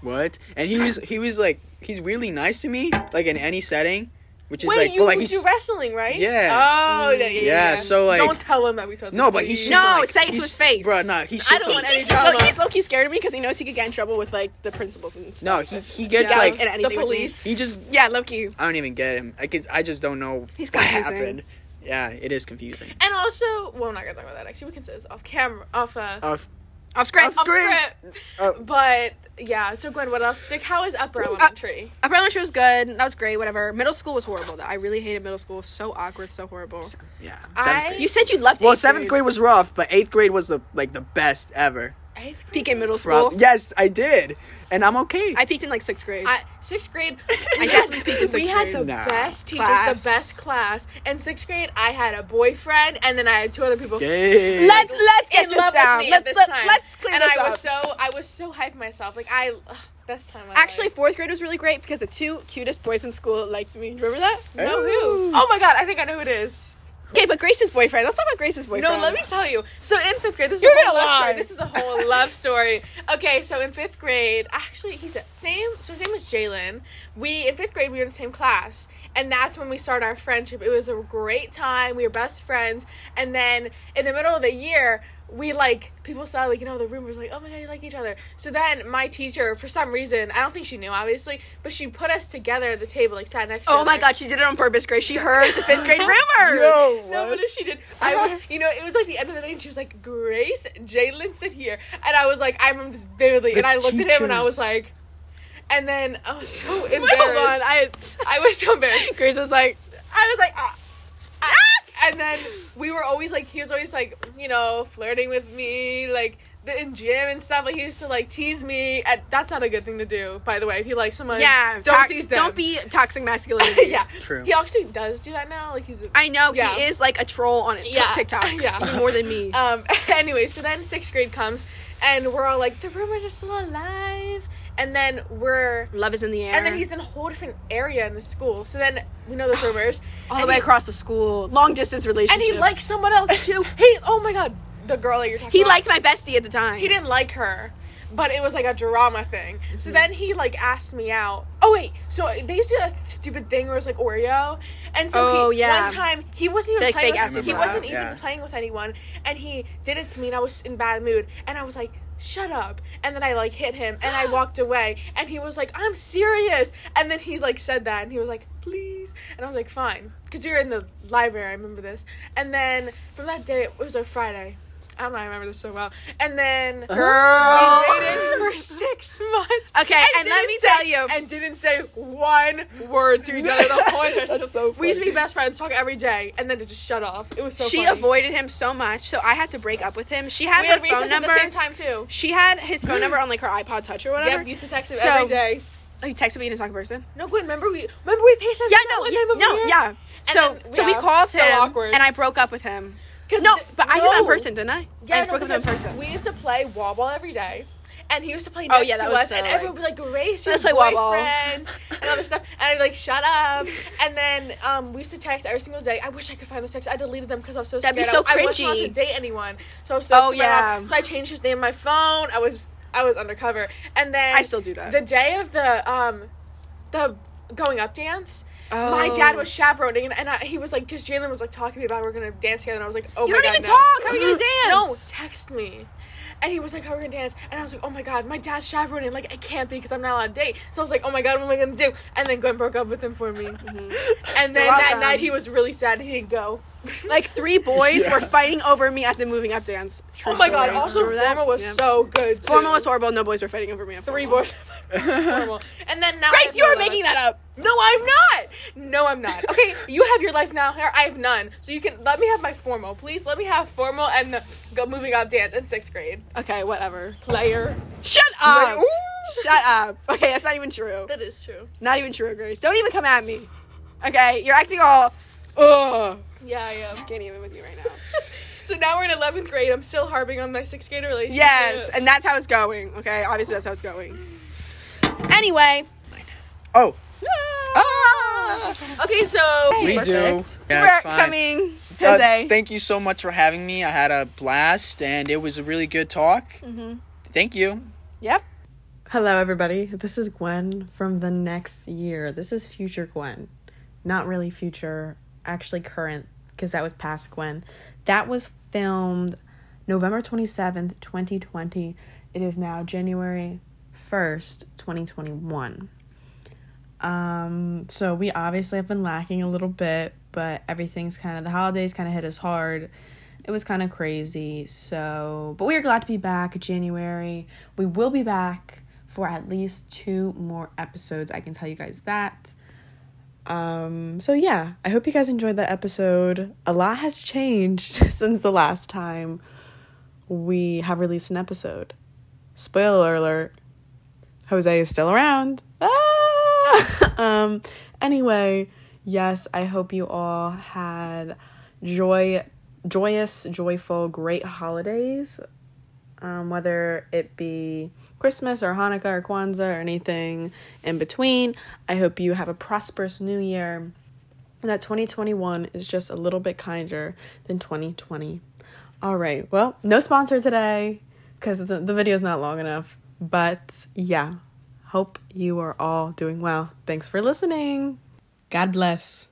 Speaker 4: What? And he was he was like he's really nice to me, like in any setting, which is
Speaker 5: Wait,
Speaker 4: like
Speaker 5: you
Speaker 4: well, like
Speaker 5: do
Speaker 4: he's
Speaker 5: wrestling, right?
Speaker 4: Yeah.
Speaker 5: Oh, yeah, yeah, yeah.
Speaker 4: Yeah, so, like-
Speaker 5: don't tell him that we told.
Speaker 4: no,
Speaker 5: this,
Speaker 4: but he
Speaker 5: please.
Speaker 4: shits
Speaker 2: No,
Speaker 4: on, like,
Speaker 2: say it to
Speaker 4: he's-
Speaker 2: his face.
Speaker 4: Bruh, no, he shits
Speaker 5: I don't
Speaker 4: on
Speaker 5: want
Speaker 4: like-
Speaker 5: any
Speaker 2: he's,
Speaker 5: drama.
Speaker 2: low, he's low-key scared of me because he knows he could get in trouble with like the principals and stuff.
Speaker 4: No, he he gets
Speaker 5: Yeah.
Speaker 4: like
Speaker 2: and anything
Speaker 5: the
Speaker 2: with me.
Speaker 5: police.
Speaker 4: he just
Speaker 2: Yeah, low-key.
Speaker 4: I don't even get him. I guess I just don't know
Speaker 2: He's
Speaker 4: what
Speaker 2: confusing.
Speaker 4: happened. Yeah, it is confusing.
Speaker 5: And also, well, we're not gonna talk about that. Actually, we can say this off camera, off uh,
Speaker 4: Off,
Speaker 3: Off script.
Speaker 5: off
Speaker 4: screen.
Speaker 5: script.
Speaker 4: uh,
Speaker 5: But yeah. So Gwen, what else? Like, how is upper elementary?
Speaker 2: Upper elementary was good. That was great. Whatever. Middle school was horrible. Though I really hated middle school. So awkward. So horrible.
Speaker 4: yeah. Seventh
Speaker 5: I-
Speaker 4: grade.
Speaker 2: You said you loved.
Speaker 4: Well,
Speaker 2: eighth
Speaker 4: seventh grade was rough, but eighth grade was the like the best ever.
Speaker 5: Eighth grade.
Speaker 2: Peak in middle school.
Speaker 4: Rob- Yes, I did, and I'm okay.
Speaker 2: I peaked in like sixth grade.
Speaker 5: I, sixth grade,
Speaker 4: [LAUGHS]
Speaker 5: [LAUGHS]
Speaker 2: I definitely peaked in
Speaker 5: we
Speaker 2: sixth
Speaker 5: had
Speaker 2: grade.
Speaker 5: the
Speaker 4: Nah.
Speaker 5: best teachers,
Speaker 2: Class.
Speaker 5: the best class. In sixth grade, I had a boyfriend, and then I had two other people.
Speaker 4: Yay.
Speaker 2: let's let's get
Speaker 5: in
Speaker 2: this
Speaker 5: love
Speaker 2: down.
Speaker 5: with me
Speaker 2: let's
Speaker 5: at this
Speaker 2: let,
Speaker 5: time.
Speaker 2: let's clear
Speaker 5: and
Speaker 2: this
Speaker 5: I
Speaker 2: up.
Speaker 5: was so I was so hyped myself. Like I, ugh, best time. Of my
Speaker 2: Actually,
Speaker 5: life.
Speaker 2: fourth grade was really great because the two cutest boys in school liked me. Remember that?
Speaker 4: Eh.
Speaker 5: know who? Oh my god, I think I know who it is.
Speaker 2: Okay, but Grace's boyfriend. Let's talk about Grace's boyfriend.
Speaker 5: No, let me tell you. So in fifth grade, this is
Speaker 2: You're
Speaker 5: a whole
Speaker 2: gonna
Speaker 5: love story.
Speaker 2: lie.
Speaker 5: This is
Speaker 2: [LAUGHS]
Speaker 5: a whole love story. Okay, so in fifth grade, actually, he's the same. So his name is Jalen. We in fifth grade, we were in the same class, and that's when we started our friendship. It was a great time. We were best friends, and then in the middle of the year. We like people saw like you know the rumors like oh my god you like each other so then my teacher for some reason I don't think she knew obviously but she put us together at the table like sat next to
Speaker 2: Oh
Speaker 5: each
Speaker 2: my
Speaker 5: other.
Speaker 2: god, she did it on purpose, Grace. She heard the fifth
Speaker 5: [LAUGHS]
Speaker 2: grade rumors.
Speaker 4: Yo,
Speaker 5: No,
Speaker 4: what?
Speaker 5: but if she did, I would. You know, it was like the end of the night, and she was like, "Grace, Jalen, sit here," and I was like, "I remember this vividly,"
Speaker 4: The
Speaker 5: and I looked at him, and I
Speaker 4: teachers.
Speaker 5: was like, and then I was so
Speaker 2: [LAUGHS]
Speaker 5: embarrassed.
Speaker 2: Wait, hold on. I
Speaker 5: I was so embarrassed.
Speaker 2: Grace was like,
Speaker 5: I was like, ah. ah. and then we were always like, he was always like, you know, flirting with me, like. the- In gym and stuff, like he used to like tease me. And that's not a good thing to do, by the way. If you like someone,
Speaker 2: yeah,
Speaker 5: don't
Speaker 2: to-
Speaker 5: tease them.
Speaker 2: don't be toxic masculinity.
Speaker 5: [LAUGHS] yeah,
Speaker 4: True.
Speaker 5: He actually does do that now. Like he's a
Speaker 2: I know
Speaker 5: Yeah.
Speaker 2: he is like a troll on t-
Speaker 5: Yeah.
Speaker 2: TikTok.
Speaker 5: [LAUGHS] Yeah.
Speaker 2: more than me.
Speaker 5: Um, [LAUGHS] anyway, so then sixth grade comes, and we're all like, the rumors are still alive. And then we're,
Speaker 2: Love is in the air.
Speaker 5: and then he's in a whole different area in the school. So then we know [GASPS] those rumors.
Speaker 2: all the
Speaker 5: and
Speaker 2: way
Speaker 5: he-
Speaker 2: across the school, long distance
Speaker 5: And
Speaker 2: relationship.
Speaker 5: he likes someone [LAUGHS] else too. He, oh my god, the girl that you're talking
Speaker 2: He
Speaker 5: about.
Speaker 2: liked my bestie at the time.
Speaker 5: He didn't like her, but it was like a drama thing. So then he like asked me out. Oh wait, so they used to do that stupid thing where it's like Oreo, and so
Speaker 2: Oh,
Speaker 5: he,
Speaker 2: yeah.
Speaker 5: one time he wasn't even
Speaker 2: They, like,
Speaker 5: playing.
Speaker 2: fake ass
Speaker 5: with, he
Speaker 2: people
Speaker 5: wasn't
Speaker 4: out.
Speaker 5: even
Speaker 4: Yeah.
Speaker 5: playing with anyone, and he did it to me, and I was in bad mood, and I was like. Shut up! And then I like hit him, and
Speaker 2: [GASPS]
Speaker 5: I walked away, and he was like, "I'm serious." And then he like said that, and he was like, "Please," and I was like, "Fine," because we were in the library. I remember this. And then from that day, it was a Friday. I don't know. I remember this so well. And then
Speaker 2: Uh-huh. Girl.
Speaker 5: we dated for [LAUGHS] six months.
Speaker 2: Okay, and let
Speaker 5: didn't
Speaker 2: me
Speaker 5: say-
Speaker 2: tell you.
Speaker 5: And didn't say one word to each other the whole
Speaker 2: [LAUGHS]
Speaker 5: entire
Speaker 4: That's
Speaker 5: time.
Speaker 4: so
Speaker 5: We used to
Speaker 4: funny.
Speaker 5: be best friends, talk every day, and then to just shut off. It was so
Speaker 2: she
Speaker 5: funny.
Speaker 2: avoided him so much, so I had to break up with him. She had
Speaker 5: We
Speaker 2: her
Speaker 5: had recess
Speaker 2: phone
Speaker 5: at
Speaker 2: number.
Speaker 5: the same time, too.
Speaker 2: She had his phone number on like her iPod Touch or whatever.
Speaker 5: Yep, used to text him
Speaker 2: So-
Speaker 5: every day.
Speaker 2: Oh, you texted me in a talking person.
Speaker 5: No, Gwen, remember we remember we faced
Speaker 2: Yeah, no,
Speaker 5: one
Speaker 2: yeah,
Speaker 5: time over
Speaker 2: no,
Speaker 5: here?
Speaker 2: yeah. So,
Speaker 5: then-
Speaker 2: so we
Speaker 5: yeah,
Speaker 2: called
Speaker 5: so
Speaker 2: him,
Speaker 5: awkward.
Speaker 2: and I broke up with him.
Speaker 5: 'Cause
Speaker 2: No,
Speaker 5: th-
Speaker 2: but I did that in
Speaker 5: no.
Speaker 2: person, didn't I?
Speaker 5: Yeah,
Speaker 2: I
Speaker 5: no,
Speaker 2: broke up with him in
Speaker 5: because
Speaker 2: person.
Speaker 5: We used to play wall ball every day, and he used to play
Speaker 2: Oh,
Speaker 5: next
Speaker 2: yeah, that
Speaker 5: to
Speaker 2: was
Speaker 5: us,
Speaker 2: so,
Speaker 5: and
Speaker 2: like-
Speaker 5: everyone would be like, "Grace, your
Speaker 2: Let's play wall
Speaker 5: boyfriend,"
Speaker 2: ball.
Speaker 5: and all this stuff. And I'd be like, "Shut
Speaker 2: [LAUGHS]
Speaker 5: up!" And then um, we used to text every single day. I wish I could find those texts. I deleted them because I was so
Speaker 2: That'd be
Speaker 5: scared.
Speaker 2: so
Speaker 5: I, I wasn't allowed
Speaker 2: cringy.
Speaker 5: to date anyone, so I was so.
Speaker 2: Oh,
Speaker 5: scared my mom-
Speaker 2: yeah.
Speaker 5: So I changed his name on my phone. I was I was undercover, and then
Speaker 2: I still do that.
Speaker 5: The day of the um, the going up dance. My
Speaker 2: Oh.
Speaker 5: dad was chaperoning, and, and I, he was like, because Jalen was like talking to me about we're gonna dance together, and I was like, oh
Speaker 2: You
Speaker 5: my
Speaker 2: don't
Speaker 5: god,
Speaker 2: even
Speaker 5: no.
Speaker 2: talk. How are
Speaker 5: [GASPS]
Speaker 2: you gonna
Speaker 5: No,
Speaker 2: dance?
Speaker 5: text me. And he was like, "How are we gonna dance?" And I was like, "Oh my god, my dad's chaperoning. Like, I can't be because I'm not allowed to date." So I was like, "Oh my god, what am I gonna do?" And then Gwen broke up with him for me. And then that
Speaker 2: Mm-hmm. welcome.
Speaker 5: night he was really sad. He didn't go.
Speaker 2: Like three boys
Speaker 4: Yeah.
Speaker 2: were fighting over me at the moving up dance. True
Speaker 5: oh my god.
Speaker 2: story.
Speaker 5: Also,
Speaker 2: Remember that?
Speaker 5: Forma was
Speaker 2: Yeah.
Speaker 5: so good. Too.
Speaker 2: Formal was horrible. No boys were fighting over me. At
Speaker 5: three
Speaker 2: formal. [LAUGHS]
Speaker 5: boys. [LAUGHS] Formal. And then now I
Speaker 2: Grace,
Speaker 5: have
Speaker 2: you
Speaker 5: no
Speaker 2: are
Speaker 5: life.
Speaker 2: making that up.
Speaker 5: No, I'm not. No, I'm [LAUGHS] not. Okay, you have your life now. Here, I have none. So you can let me have my formal, please. Let me have formal and the go moving up dance in sixth grade.
Speaker 2: Okay, whatever.
Speaker 5: Player.
Speaker 2: Shut up. Shut up. Okay, that's not even true.
Speaker 5: That is true.
Speaker 2: Not even true, Grace. Don't even come at me. Okay, you're acting all. Ugh.
Speaker 5: Yeah, I am.
Speaker 2: Can't even with you right now.
Speaker 5: So now we're in 11th grade. I'm still harping on my sixth grade relationship.
Speaker 2: Yes, and that's how it's going. Okay, obviously that's how it's going. Anyway,
Speaker 4: [LAUGHS] Oh,
Speaker 5: Ah! Okay, so
Speaker 4: we do. Yeah,
Speaker 2: Perfect.
Speaker 4: it's
Speaker 2: we're
Speaker 4: fine.
Speaker 2: coming,
Speaker 4: Uh,
Speaker 2: Jose.
Speaker 4: thank you so much for having me. I had a blast, and it was a really good talk. Thank you.
Speaker 2: yep.
Speaker 6: Hello, everybody. This is Gwen from the next year. This is future Gwen. Not really future, actually current, because that was past Gwen. That was filmed November 27th, 2020. It is now January 1st, 2021. Um, so we obviously have been lacking a little bit, but everything's kind of the holidays kind of hit us hard. It was kind of crazy. So, but we are glad to be back January. We will be back for at least two more episodes. I can tell you guys that. Um, so yeah, I hope you guys enjoyed that episode. A lot has changed [LAUGHS] since the last time we have released an episode. Spoiler alert, Jose is still around. Ah! [LAUGHS] um, anyway, yes, I hope you all had joy, joyous, joyful, great holidays. Um, whether it be Christmas or Hanukkah or Kwanzaa or anything in between, I hope you have a prosperous new year and that 2021 is just a little bit kinder than 2020. All right, well, no sponsor today because the the video's not long enough. But yeah, hope you are all doing well. Thanks for listening. God bless.